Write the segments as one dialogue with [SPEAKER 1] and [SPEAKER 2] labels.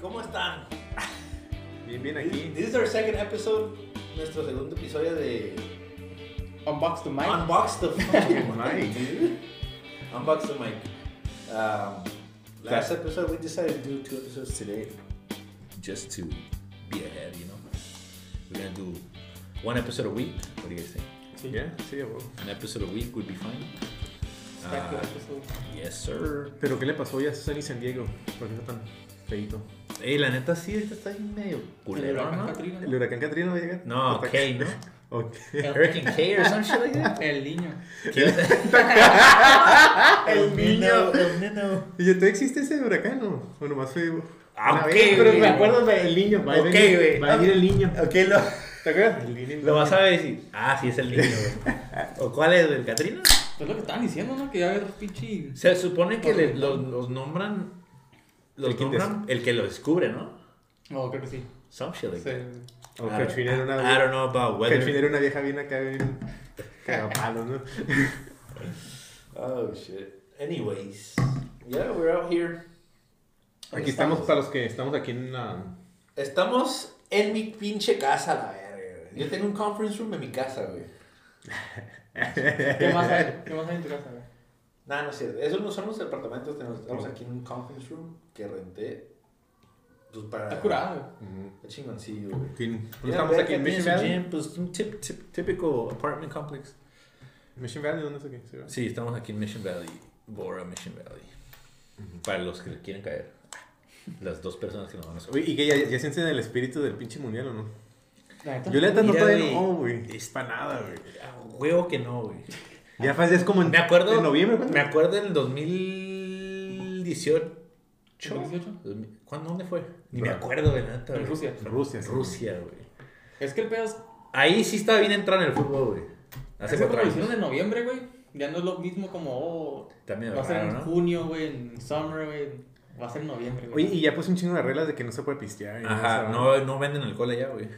[SPEAKER 1] ¿Cómo están?
[SPEAKER 2] Bien, bien
[SPEAKER 1] This,
[SPEAKER 2] aquí.
[SPEAKER 1] this is our second episode, Este nuestro segundo episodio de
[SPEAKER 3] Unbox the mic.
[SPEAKER 1] Unbox the Phone.
[SPEAKER 2] Mic.
[SPEAKER 1] dude. Unbox the mic. Um, last episode, we decided to do two episodes today just to be ahead, you know? We're gonna do one episode a week. What do you guys think?
[SPEAKER 3] Sí.
[SPEAKER 2] Ya, sí, a huevo.
[SPEAKER 1] An episode a week would be fine.
[SPEAKER 3] Back to
[SPEAKER 1] Uh,
[SPEAKER 3] episode.
[SPEAKER 1] yes, sir.
[SPEAKER 2] Pero ¿qué le pasó ya a Sonny San Diego? ¿Por qué está tan feito?
[SPEAKER 1] Ey, la neta sí, este está ahí medio
[SPEAKER 3] El
[SPEAKER 1] culero,
[SPEAKER 3] huracán
[SPEAKER 1] ¿no?
[SPEAKER 3] Katrina,
[SPEAKER 2] ¿El huracán Katrina va a llegar?
[SPEAKER 1] No,
[SPEAKER 2] Hasta
[SPEAKER 1] ok,
[SPEAKER 2] acá.
[SPEAKER 1] ¿no?
[SPEAKER 2] Ok.
[SPEAKER 1] Hurricane K or some shit like that?
[SPEAKER 3] El niño.
[SPEAKER 2] El niño.
[SPEAKER 1] el niño.
[SPEAKER 2] ¿Y ya todavía existe ese huracán o, o nomás fue?
[SPEAKER 1] Ah,
[SPEAKER 2] una
[SPEAKER 1] ok,
[SPEAKER 2] vez? Pero
[SPEAKER 1] güey.
[SPEAKER 2] me acuerdo del niño. Va a
[SPEAKER 1] Ok,
[SPEAKER 2] venir-
[SPEAKER 1] güey.
[SPEAKER 2] Va a venir el niño.
[SPEAKER 1] Ok, lo,
[SPEAKER 2] ¿Te acuerdas? Ah. El niño.
[SPEAKER 1] lo vas a ver y decir, ah, sí, es el niño, güey. ¿O cuál es, el Catrina?
[SPEAKER 3] Es lo que estaban diciendo, ¿no? Que ya había pinche.
[SPEAKER 1] Se supone que le- los, los nombran, los
[SPEAKER 2] El que
[SPEAKER 1] nombran el que lo descubre, ¿no?
[SPEAKER 3] No, creo que sí.
[SPEAKER 1] Some shit like that.
[SPEAKER 3] Se-
[SPEAKER 2] O
[SPEAKER 1] I don't-
[SPEAKER 2] Katrina era una
[SPEAKER 1] I
[SPEAKER 2] vieja.
[SPEAKER 1] don't know about
[SPEAKER 2] Katrina
[SPEAKER 1] weather.
[SPEAKER 2] era una vieja bien acá, bien cagapalos, ¿no?
[SPEAKER 1] Oh, shit. Anyways. Yeah, we're out here.
[SPEAKER 2] Aquí estamos para los que estamos aquí en la...
[SPEAKER 1] Estamos en mi pinche casa, la verga. güey. Yo tengo un conference room en mi casa, güey.
[SPEAKER 3] ¿Qué más hay? ¿Qué más hay en tu casa, güey?
[SPEAKER 1] Nah, no es cierto. Esos no son los departamentos. tenemos- Estamos aquí en un conference room que renté. Pues para.
[SPEAKER 3] Está curado, güey.
[SPEAKER 2] Mm,
[SPEAKER 1] Está chingoncillo, güey.
[SPEAKER 2] aquí-
[SPEAKER 1] Mira,
[SPEAKER 2] Estamos
[SPEAKER 1] ve
[SPEAKER 2] aquí en
[SPEAKER 1] tiene
[SPEAKER 2] Mission
[SPEAKER 1] su
[SPEAKER 2] Valley.
[SPEAKER 1] gym, pues, un tip- tip- típico apartment complex.
[SPEAKER 2] Mission Valley, ¿dónde es aquí? Sí, ¿verdad?
[SPEAKER 1] Sí, estamos aquí en Mission Valley, Bora Mission Valley. Para los que quieren caer. Las dos personas que nos van a subir.
[SPEAKER 2] Oye, ¿y que ya, ya sienten el espíritu del pinche mundial o no?
[SPEAKER 3] La neta.
[SPEAKER 2] Yo la neta no
[SPEAKER 1] Mira,
[SPEAKER 2] todavía
[SPEAKER 1] güey.
[SPEAKER 2] no, güey. Es para nada, güey.
[SPEAKER 1] Ah, Huevo que no, güey.
[SPEAKER 2] Ya fue, ya es como en,
[SPEAKER 1] Me acuerdo.
[SPEAKER 2] en noviembre, ¿cuándo?
[SPEAKER 1] Me acuerdo en el 2018.
[SPEAKER 3] ¿2018?
[SPEAKER 1] ¿Cuándo? ¿Dónde fue? Ni me
[SPEAKER 2] Bro.
[SPEAKER 1] acuerdo de nada.
[SPEAKER 3] En Rusia.
[SPEAKER 2] Rusia,
[SPEAKER 1] En
[SPEAKER 2] sí.
[SPEAKER 1] Rusia, güey.
[SPEAKER 3] Es que el pedo es.
[SPEAKER 1] Ahí sí estaba bien entrado en el fútbol, güey. Hace
[SPEAKER 3] es que
[SPEAKER 1] cuatro
[SPEAKER 3] como
[SPEAKER 1] años.
[SPEAKER 3] hicieron en noviembre, güey. Ya no es lo mismo como. oh,
[SPEAKER 1] También
[SPEAKER 3] va a ser
[SPEAKER 1] raro,
[SPEAKER 3] en
[SPEAKER 1] ¿no?
[SPEAKER 3] junio, güey. En summer, güey. Va a ser en noviembre,
[SPEAKER 2] Oye,
[SPEAKER 3] güey.
[SPEAKER 2] y ya puse un chingo de reglas de que no se puede pistear. y
[SPEAKER 1] Ajá,
[SPEAKER 2] esa-
[SPEAKER 1] no, no venden alcohol allá, güey.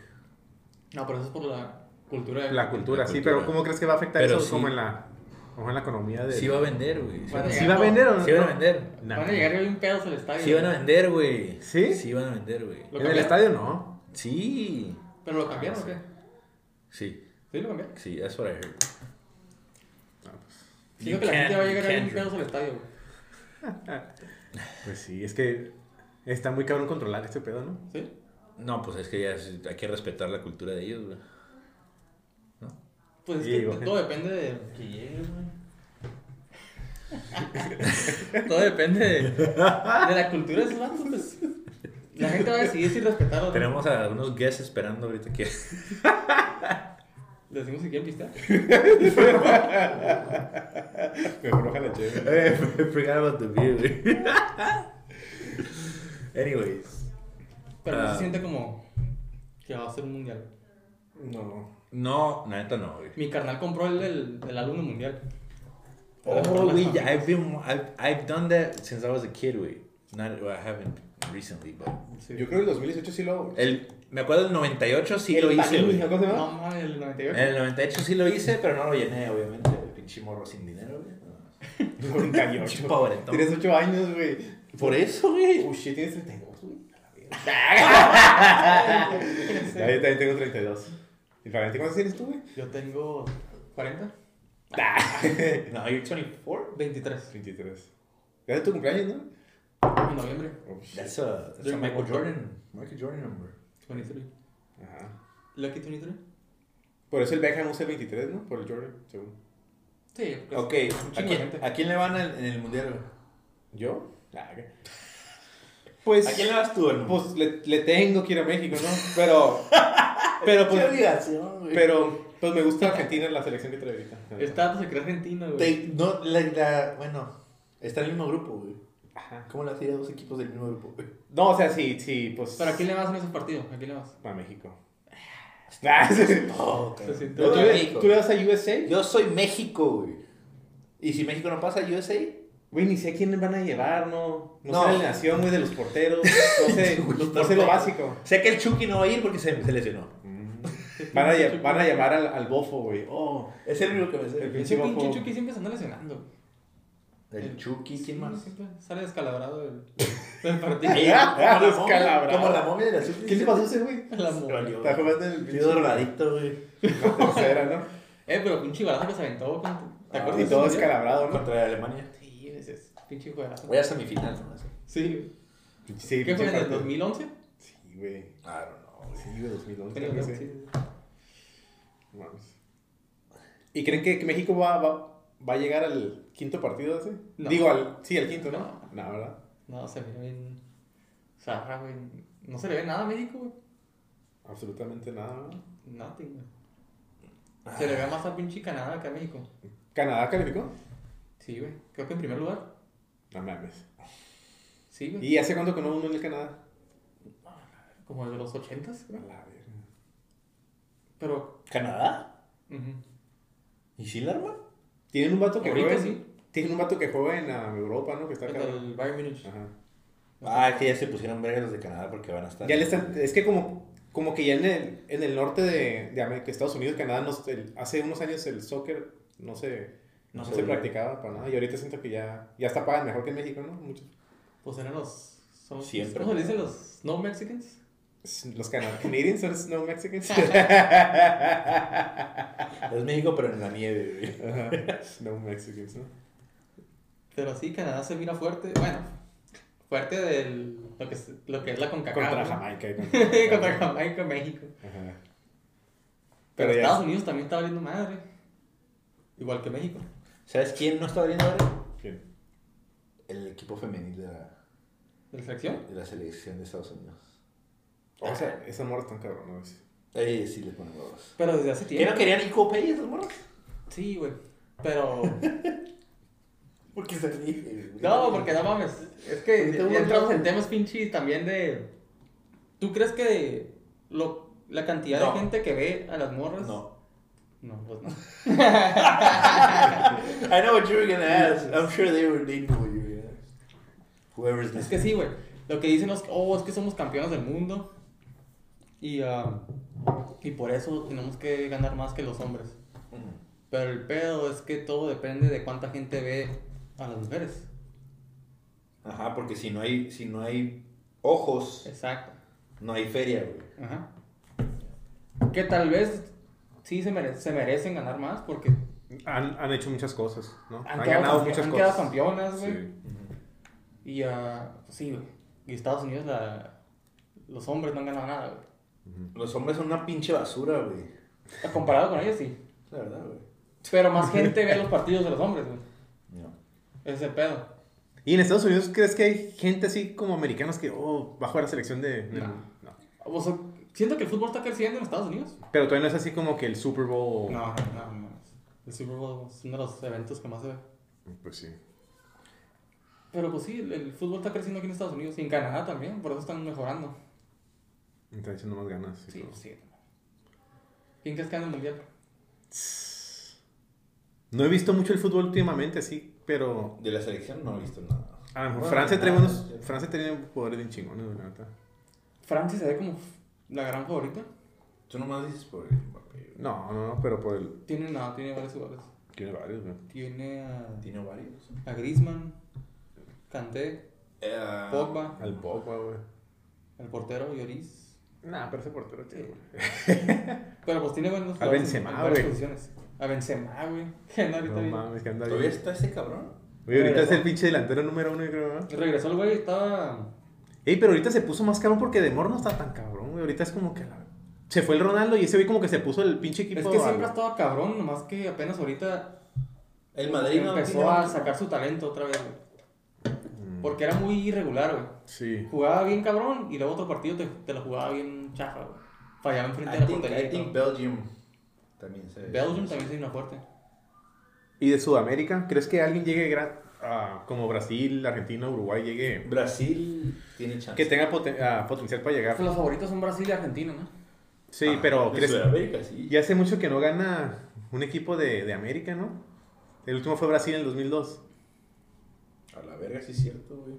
[SPEAKER 3] No, pero eso es por la cultura. de-
[SPEAKER 2] La cultura,
[SPEAKER 1] La
[SPEAKER 2] sí,
[SPEAKER 1] cultura.
[SPEAKER 2] pero ¿cómo crees que va a afectar
[SPEAKER 1] Pero
[SPEAKER 2] eso
[SPEAKER 1] sí.
[SPEAKER 2] como en la, como en la economía de...
[SPEAKER 1] Sí va a vender, güey. Sí,
[SPEAKER 3] Van a
[SPEAKER 1] van a-
[SPEAKER 2] ¿Sí va a vender o no?
[SPEAKER 1] sí van a vender.
[SPEAKER 2] Nah.
[SPEAKER 3] Van a llegar y hay un pedo al estadio.
[SPEAKER 1] Sí van a
[SPEAKER 3] güey.
[SPEAKER 1] vender, güey.
[SPEAKER 2] ¿Sí?
[SPEAKER 1] Sí van a vender, güey.
[SPEAKER 3] Lo
[SPEAKER 2] En el
[SPEAKER 3] cambiaron.
[SPEAKER 2] estadio no.
[SPEAKER 1] Sí.
[SPEAKER 3] Pero lo cambiaron, ¿o qué?
[SPEAKER 1] Sí,
[SPEAKER 3] Sí, lo cambiaron.
[SPEAKER 1] sí, that's what I heard.
[SPEAKER 3] Digo
[SPEAKER 1] You
[SPEAKER 3] que la gente
[SPEAKER 1] can't-
[SPEAKER 3] va a llegar
[SPEAKER 1] you
[SPEAKER 3] a hay un
[SPEAKER 1] can't
[SPEAKER 3] pedo al estadio, güey.
[SPEAKER 2] Pues sí, es que está muy cabrón controlar este pedo, ¿no?
[SPEAKER 3] ¿Sí?
[SPEAKER 1] No, pues es que ya es- hay que respetar la cultura de ellos, güey.
[SPEAKER 3] Pues es
[SPEAKER 2] Sí,
[SPEAKER 3] que
[SPEAKER 2] digo.
[SPEAKER 3] todo depende de que llegues, güey. todo depende de, de la cultura de Slando, pues. La gente va a decidir si respetar o no.
[SPEAKER 1] Tenemos a unos guests esperando ahorita que.
[SPEAKER 3] Le decimos si quieren pistear.
[SPEAKER 2] Pero roja la chévere.
[SPEAKER 1] I forgot about the beer, güey. Anyways.
[SPEAKER 3] Pero no
[SPEAKER 1] Ah.
[SPEAKER 3] se siente como que va a ser un mundial.
[SPEAKER 2] No.
[SPEAKER 1] No, la neta no, güey.
[SPEAKER 3] Mi carnal compró el, el, el álbum del mundial.
[SPEAKER 1] Oh, güey, yeah, I've been, I've, I've done that since I was a kid, güey. Not, well, I haven't recently, but.
[SPEAKER 3] Sí.
[SPEAKER 2] creo que el 2018 sí lo...
[SPEAKER 1] El, me acuerdo del 98 Eh, sí lo hice, güey.
[SPEAKER 2] ¿Cómo se
[SPEAKER 3] No,
[SPEAKER 2] llama?
[SPEAKER 3] mames, el 98.
[SPEAKER 1] En el 98 sí lo hice, pero no lo llené, obviamente. El pinche morro sin dinero, güey. No.
[SPEAKER 2] 98.
[SPEAKER 1] Pobretón.
[SPEAKER 2] Tienes 8 años, güey.
[SPEAKER 1] Por eso, güey.
[SPEAKER 2] Uy, shit, tienes 32, güey. A la verga.
[SPEAKER 1] Ah,
[SPEAKER 2] Ya, yo también tengo 32. ¿Y Fabián, cuántos tienes tú, güey?
[SPEAKER 3] Yo tengo 40,
[SPEAKER 1] No, you're 24.
[SPEAKER 3] 23
[SPEAKER 2] 23. Ya es tu cumpleaños, ¿no?
[SPEAKER 3] en noviembre.
[SPEAKER 2] Oh, shit.
[SPEAKER 1] That's a, that's a
[SPEAKER 3] You're
[SPEAKER 1] Michael
[SPEAKER 3] Michael
[SPEAKER 1] Jordan. Michael Jordan number.
[SPEAKER 3] 23.
[SPEAKER 2] Ajá.
[SPEAKER 3] Lucky 23.
[SPEAKER 2] Por eso el Beckham usa el 23, ¿no? Por el Jordan, según.
[SPEAKER 3] Sí, pues,
[SPEAKER 1] Ok,
[SPEAKER 3] un
[SPEAKER 1] ¿a
[SPEAKER 3] chingo de
[SPEAKER 1] quién,
[SPEAKER 3] gente.
[SPEAKER 1] a quién le van al- en el mundial? güey?
[SPEAKER 2] ¿Yo? Ah, Pues,
[SPEAKER 1] ¿A quién le vas tú, hermano?
[SPEAKER 2] pues le, le tengo que ir a México, ¿no? Pero, pero,
[SPEAKER 1] Qué
[SPEAKER 2] pues,
[SPEAKER 1] obligación, güey.
[SPEAKER 2] pero, pues me gusta Argentina, la selección que trae ahorita.
[SPEAKER 3] Está, pues, se cree argentino, güey.
[SPEAKER 1] Te- no, la, la- bueno, está en el mismo grupo, güey.
[SPEAKER 2] Ajá.
[SPEAKER 1] ¿Cómo le hacía dos equipos del mismo grupo, güey?
[SPEAKER 2] No, o sea, sí, sí, pues.
[SPEAKER 3] ¿Pero a quién le vas en ese partido? ¿A quién le vas?
[SPEAKER 2] A México. Ah, sí, sí.
[SPEAKER 1] Oh,
[SPEAKER 3] Se siente-
[SPEAKER 2] ¿Tú, le, tú le das a USA?
[SPEAKER 1] Yo soy México, güey. Y si México no pasa, USA.
[SPEAKER 2] Güey, ni sé a quién van a llevar, ¿no? No,
[SPEAKER 1] No.
[SPEAKER 2] sé la alineación, güey, de los porteros. No sé, no sé lo básico.
[SPEAKER 1] Sé que el Chucky no va a ir porque se, se lesionó.
[SPEAKER 2] Van a, lle- van a llamar al, al bofo, güey. Oh,
[SPEAKER 1] Es el único que me
[SPEAKER 2] El
[SPEAKER 1] sé.
[SPEAKER 2] que-
[SPEAKER 3] Ese pinche
[SPEAKER 2] pinche bofo.
[SPEAKER 3] Chucky siempre se anda lesionando.
[SPEAKER 1] El Chucky, ¿quién más?
[SPEAKER 3] Siempre Sale descalabrado el, el partido.
[SPEAKER 1] Ahí, como la momia-
[SPEAKER 2] descalabrado.
[SPEAKER 1] Como la momia de la Chucky.
[SPEAKER 2] ¿Qué le pasó a ese güey?
[SPEAKER 3] A la mo-
[SPEAKER 2] Está jugando el
[SPEAKER 1] Tío drogadicto, güey.
[SPEAKER 2] La tercera, ¿no?
[SPEAKER 3] Eh, pero pinche balazo que se aventó. con- ¿Te
[SPEAKER 1] Ah,
[SPEAKER 3] acuerdas? de
[SPEAKER 2] Y todo
[SPEAKER 3] ese video?
[SPEAKER 2] descalabrado, ¿no?
[SPEAKER 1] Contra Alemania.
[SPEAKER 3] Sí, ese es pinche juegazo.
[SPEAKER 1] Voy a semifinal, ¿no? Así.
[SPEAKER 3] Sí.
[SPEAKER 2] Sí,
[SPEAKER 3] ¿Qué fue? ¿En
[SPEAKER 2] pinche
[SPEAKER 3] el
[SPEAKER 2] partido.
[SPEAKER 3] 2011?
[SPEAKER 2] Sí, güey.
[SPEAKER 1] I don't know, güey.
[SPEAKER 2] Sí, güey, 2011.
[SPEAKER 3] Creo
[SPEAKER 2] creo
[SPEAKER 3] que
[SPEAKER 2] que
[SPEAKER 3] sí.
[SPEAKER 2] sí. No mames. ¿Y creen que que México va, va, va a llegar al quinto partido ese?
[SPEAKER 3] No.
[SPEAKER 2] Digo, al, sí, al quinto, ¿no?
[SPEAKER 3] No.
[SPEAKER 2] No, ¿verdad?
[SPEAKER 3] No, se ve bien. Zarra, güey. No se le ve nada a México, güey.
[SPEAKER 2] Absolutamente nada. ¿no?
[SPEAKER 3] Nothing, güey.
[SPEAKER 2] Ah.
[SPEAKER 3] Se le ve más a pinche Canadá que a México.
[SPEAKER 2] ¿Canadá calificó?
[SPEAKER 3] Sí, güey. Creo que en primer lugar.
[SPEAKER 2] No mames.
[SPEAKER 3] Sí, güey.
[SPEAKER 2] ¿Y hace cuánto que no uno en el Canadá?
[SPEAKER 3] Como de los ochentas,
[SPEAKER 2] A
[SPEAKER 3] creo.
[SPEAKER 2] la verga.
[SPEAKER 3] Pero.
[SPEAKER 1] ¿Canadá?
[SPEAKER 3] ujú.
[SPEAKER 1] ¿Y sí la arma?
[SPEAKER 2] Tienen un vato que
[SPEAKER 3] Ahorita
[SPEAKER 2] juega. en-
[SPEAKER 3] sí.
[SPEAKER 2] Tienen un vato que juega en ah, Europa, ¿no? Que está
[SPEAKER 3] Contra
[SPEAKER 2] acá.
[SPEAKER 3] el Bayern Munich.
[SPEAKER 2] Ajá.
[SPEAKER 1] Ah, es que ya se pusieron vergas los de Canadá porque van a estar.
[SPEAKER 2] Ya le están, es que como, como que ya en el, en el norte de, de América, Estados Unidos, Canadá, no se- el- hace unos años el soccer no se,
[SPEAKER 1] No
[SPEAKER 2] no
[SPEAKER 1] se
[SPEAKER 2] se,
[SPEAKER 1] veía.
[SPEAKER 2] practicaba para nada. Y ahorita siento que ya, ya está pagan mejor que en México, ¿no? Muchos.
[SPEAKER 3] Pues eran los. Son,
[SPEAKER 1] Siempre.
[SPEAKER 3] ¿Cómo se dicen los no Mexicans?
[SPEAKER 2] Los cana- Canadians son no Mexicans.
[SPEAKER 1] Es México, pero en la nieve, güey.
[SPEAKER 2] Ajá. no Mexicans, ¿no?
[SPEAKER 3] Pero sí, Canadá se mira fuerte. Bueno, fuerte del. Lo que es, lo que es la CONCACAF.
[SPEAKER 2] Contra
[SPEAKER 3] ¿no?
[SPEAKER 2] Jamaica. y
[SPEAKER 3] Contra Jamaica, México.
[SPEAKER 2] Ajá.
[SPEAKER 3] Pero
[SPEAKER 2] Pero ya-
[SPEAKER 3] Estados Unidos también está valiendo madre. Igual que México.
[SPEAKER 1] ¿Sabes quién no está abriendo ahora?
[SPEAKER 2] Bien.
[SPEAKER 1] El equipo femenil de la,
[SPEAKER 3] ¿De la selección?
[SPEAKER 1] de la selección de Estados Unidos.
[SPEAKER 2] O sea, esa morra tan cabrón, ¿no? Es-
[SPEAKER 1] Ahí sí les ponen huevos.
[SPEAKER 3] Pero desde hace
[SPEAKER 1] ¿Que
[SPEAKER 3] tiempo.
[SPEAKER 1] no querían ir Copa y esos morros?
[SPEAKER 3] Sí, güey. Pero.
[SPEAKER 1] Porque se ríe.
[SPEAKER 3] No, porque no mames. Es que
[SPEAKER 1] Ahorita hubo
[SPEAKER 3] ya entramos
[SPEAKER 1] otro.
[SPEAKER 3] en temas pinche también de. ¿Tú crees que lo, la cantidad
[SPEAKER 1] No.
[SPEAKER 3] de gente que ve a las morras?
[SPEAKER 1] No.
[SPEAKER 3] No, pues no.
[SPEAKER 1] I know what you were gonna ask. I'm sure they were they knew what you were gonna ask. Whoever's
[SPEAKER 3] Es que sí, güey. Lo que dicen los. Oh, es que somos campeones del mundo. Y, ah, y por eso tenemos que ganar más que los hombres.
[SPEAKER 1] Mm.
[SPEAKER 3] Pero el pedo es que todo depende de cuánta gente ve a las mujeres.
[SPEAKER 1] Ajá, porque si no hay, si no hay ojos,
[SPEAKER 3] Exacto.
[SPEAKER 1] no hay feria, güey.
[SPEAKER 3] Ajá. Que tal vez sí se, mere- se merecen ganar más porque
[SPEAKER 2] Han, han hecho muchas cosas, ¿no? Han,
[SPEAKER 3] han, quedado,
[SPEAKER 2] ganado
[SPEAKER 3] campe-
[SPEAKER 2] muchas
[SPEAKER 3] han quedado
[SPEAKER 2] cosas.
[SPEAKER 3] campeonas, güey.
[SPEAKER 2] Sí.
[SPEAKER 1] Mm-hmm.
[SPEAKER 3] Y ah, pues sí, güey. Y Estados Unidos, la- los hombres no han ganado nada, güey.
[SPEAKER 1] Los hombres son una pinche basura, güey.
[SPEAKER 3] Comparado con ellos, sí.
[SPEAKER 1] La verdad, güey.
[SPEAKER 3] Pero más gente ve los partidos de los hombres, güey.
[SPEAKER 1] No.
[SPEAKER 3] Ese pedo.
[SPEAKER 2] ¿Y en Estados Unidos crees que hay gente así como americanos que, oh, va a jugar a la selección de... de-
[SPEAKER 3] No.
[SPEAKER 2] no.
[SPEAKER 3] O sea, siento que el fútbol está creciendo en Estados Unidos.
[SPEAKER 2] Pero todavía no es así como que el Super Bowl...
[SPEAKER 3] No, no, no. El Super Bowl es uno de los eventos que más se ve.
[SPEAKER 2] Pues sí.
[SPEAKER 3] Pero pues sí, el, el fútbol está creciendo aquí en Estados Unidos y en Canadá también, por eso están mejorando.
[SPEAKER 2] Me Están echando más ganas. y
[SPEAKER 3] Sí,
[SPEAKER 2] todo.
[SPEAKER 3] sí. ¿Quién crees que gana el mundial?
[SPEAKER 2] No he visto mucho el fútbol últimamente, así, pero...
[SPEAKER 1] De la selección no he visto nada.
[SPEAKER 2] A lo mejor
[SPEAKER 1] Bueno,
[SPEAKER 2] Francia
[SPEAKER 1] nada,
[SPEAKER 2] trae unos...
[SPEAKER 1] sí.
[SPEAKER 2] Francia tiene poderes bien chingones, la neta.
[SPEAKER 3] Francia se ve como la gran favorita.
[SPEAKER 1] Tú nomás dices por el papel.
[SPEAKER 2] No, no, no, pero por el...
[SPEAKER 3] Tiene, no, tiene varios jugadores.
[SPEAKER 2] Tiene varios, güey.
[SPEAKER 3] Tiene a,
[SPEAKER 1] ¿Tiene varios?
[SPEAKER 3] a Griezmann, Kanté,
[SPEAKER 1] Eh,
[SPEAKER 3] Pogba,
[SPEAKER 2] Al Pogba, güey.
[SPEAKER 3] el portero Lloris.
[SPEAKER 2] Nah, pero ese portero
[SPEAKER 3] chido,
[SPEAKER 2] güey.
[SPEAKER 3] Pero pues tiene buenos
[SPEAKER 2] A
[SPEAKER 3] jugadores
[SPEAKER 2] Benzema,
[SPEAKER 3] en varias
[SPEAKER 2] güey.
[SPEAKER 3] posiciones. A Benzema, güey. Que anda ahorita
[SPEAKER 2] No
[SPEAKER 3] bien.
[SPEAKER 2] mames, que anda
[SPEAKER 1] ¿Todavía
[SPEAKER 2] bien.
[SPEAKER 1] está ese cabrón?
[SPEAKER 2] Oye, ahorita es el pinche delantero número uno, yo creo, ¿no?
[SPEAKER 3] Regresó el güey, estaba...
[SPEAKER 2] Ey, pero ahorita se puso más cabrón porque de Mor no está tan cabrón, güey. Ahorita es como que la... Se fue el Ronaldo y ese güey como que se puso el pinche equipo...
[SPEAKER 3] Es que
[SPEAKER 2] a-
[SPEAKER 3] siempre ha estado cabrón, nomás que apenas ahorita
[SPEAKER 1] El Madrid no
[SPEAKER 3] empezó
[SPEAKER 1] tiene
[SPEAKER 3] a
[SPEAKER 1] otro.
[SPEAKER 3] sacar su talento otra vez, güey.
[SPEAKER 2] Mm,
[SPEAKER 3] Porque era muy irregular, güey.
[SPEAKER 2] Sí.
[SPEAKER 3] Jugaba bien cabrón y luego otro partido te, te lo jugaba bien chafa, güey. Fallaba enfrente de
[SPEAKER 1] I
[SPEAKER 3] la
[SPEAKER 1] think,
[SPEAKER 3] portería.
[SPEAKER 1] I
[SPEAKER 3] y todo.
[SPEAKER 1] think Belgium también se
[SPEAKER 3] Belgium también se vino fuerte.
[SPEAKER 2] ¿Y de Sudamérica? ¿Crees que alguien llegue gran... ah, como Brasil, Argentina, Uruguay, llegue...
[SPEAKER 1] Brasil tiene chance.
[SPEAKER 2] Que tenga poten- ah, potencial para llegar?
[SPEAKER 3] Los favoritos son Brasil y Argentina, ¿no?
[SPEAKER 2] Sí,
[SPEAKER 1] Ah,
[SPEAKER 2] pero
[SPEAKER 1] de
[SPEAKER 2] ¿crees...
[SPEAKER 1] Sudamérica, sí.
[SPEAKER 2] Ya hace mucho que no gana un equipo de, de América, ¿no? El último fue Brasil en el 2002.
[SPEAKER 1] A la verga, sí es cierto, güey.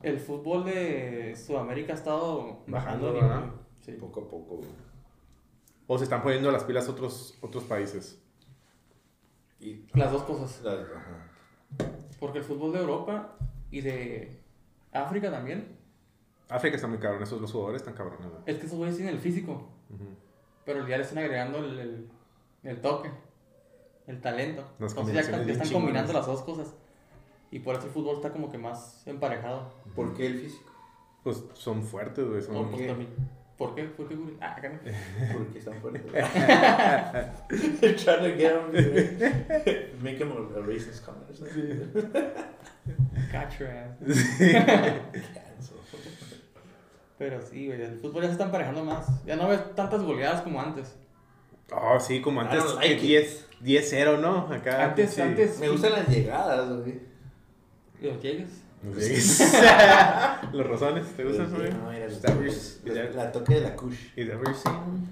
[SPEAKER 3] El fútbol de Sudamérica ha estado
[SPEAKER 2] Bajando,
[SPEAKER 3] bajando. de nivel,
[SPEAKER 2] ¿verdad?
[SPEAKER 3] güey. Sí.
[SPEAKER 1] Poco a poco, güey.
[SPEAKER 2] O se están poniendo las pilas otros, otros países.
[SPEAKER 1] Y-
[SPEAKER 3] Las dos cosas.
[SPEAKER 1] Las- ajá.
[SPEAKER 3] Porque el fútbol de Europa y de África también,
[SPEAKER 2] África está muy cabrón, esos los jugadores están cabrones, güey.
[SPEAKER 3] es que esos güeyes tienen el físico,
[SPEAKER 2] Ujú.
[SPEAKER 3] pero ya le están agregando el, el- el toque, el talento.
[SPEAKER 2] Las
[SPEAKER 3] Entonces ya,
[SPEAKER 2] combinaciones
[SPEAKER 3] están- ya
[SPEAKER 2] bien
[SPEAKER 3] están
[SPEAKER 2] chingonas.
[SPEAKER 3] combinando las dos cosas. Y por eso el fútbol está como que más emparejado.
[SPEAKER 1] ¿Por qué el físico?
[SPEAKER 2] Pues son fuertes, güey. Son...
[SPEAKER 3] No, pues
[SPEAKER 1] qué?
[SPEAKER 3] también. ¿Por qué? ¿Por qué, güey? Ah, caray.
[SPEAKER 1] Porque están fuertes. Trying to get on the- Make him a, a racist comment. or something.
[SPEAKER 3] Got your ass.
[SPEAKER 1] Cancel.
[SPEAKER 3] Pero sí, güey, el fútbol ya se está emparejando más. Ya no ves tantas goleadas como antes.
[SPEAKER 2] Oh, sí, como
[SPEAKER 1] I
[SPEAKER 2] antes.
[SPEAKER 1] don't like
[SPEAKER 2] que
[SPEAKER 1] it.
[SPEAKER 2] 10, 10-0, ¿no? Acá.
[SPEAKER 3] antes,
[SPEAKER 2] sí.
[SPEAKER 3] antes.
[SPEAKER 1] Me gustan las llegadas, güey.
[SPEAKER 3] Los llegues.
[SPEAKER 2] Los llegues. Pues Los rosones, ¿te gustan, güey?
[SPEAKER 1] No, era
[SPEAKER 2] Is
[SPEAKER 1] los
[SPEAKER 2] that where
[SPEAKER 1] toques,
[SPEAKER 2] you-
[SPEAKER 1] los- La toque de la Kush.
[SPEAKER 2] Is that what you're saying?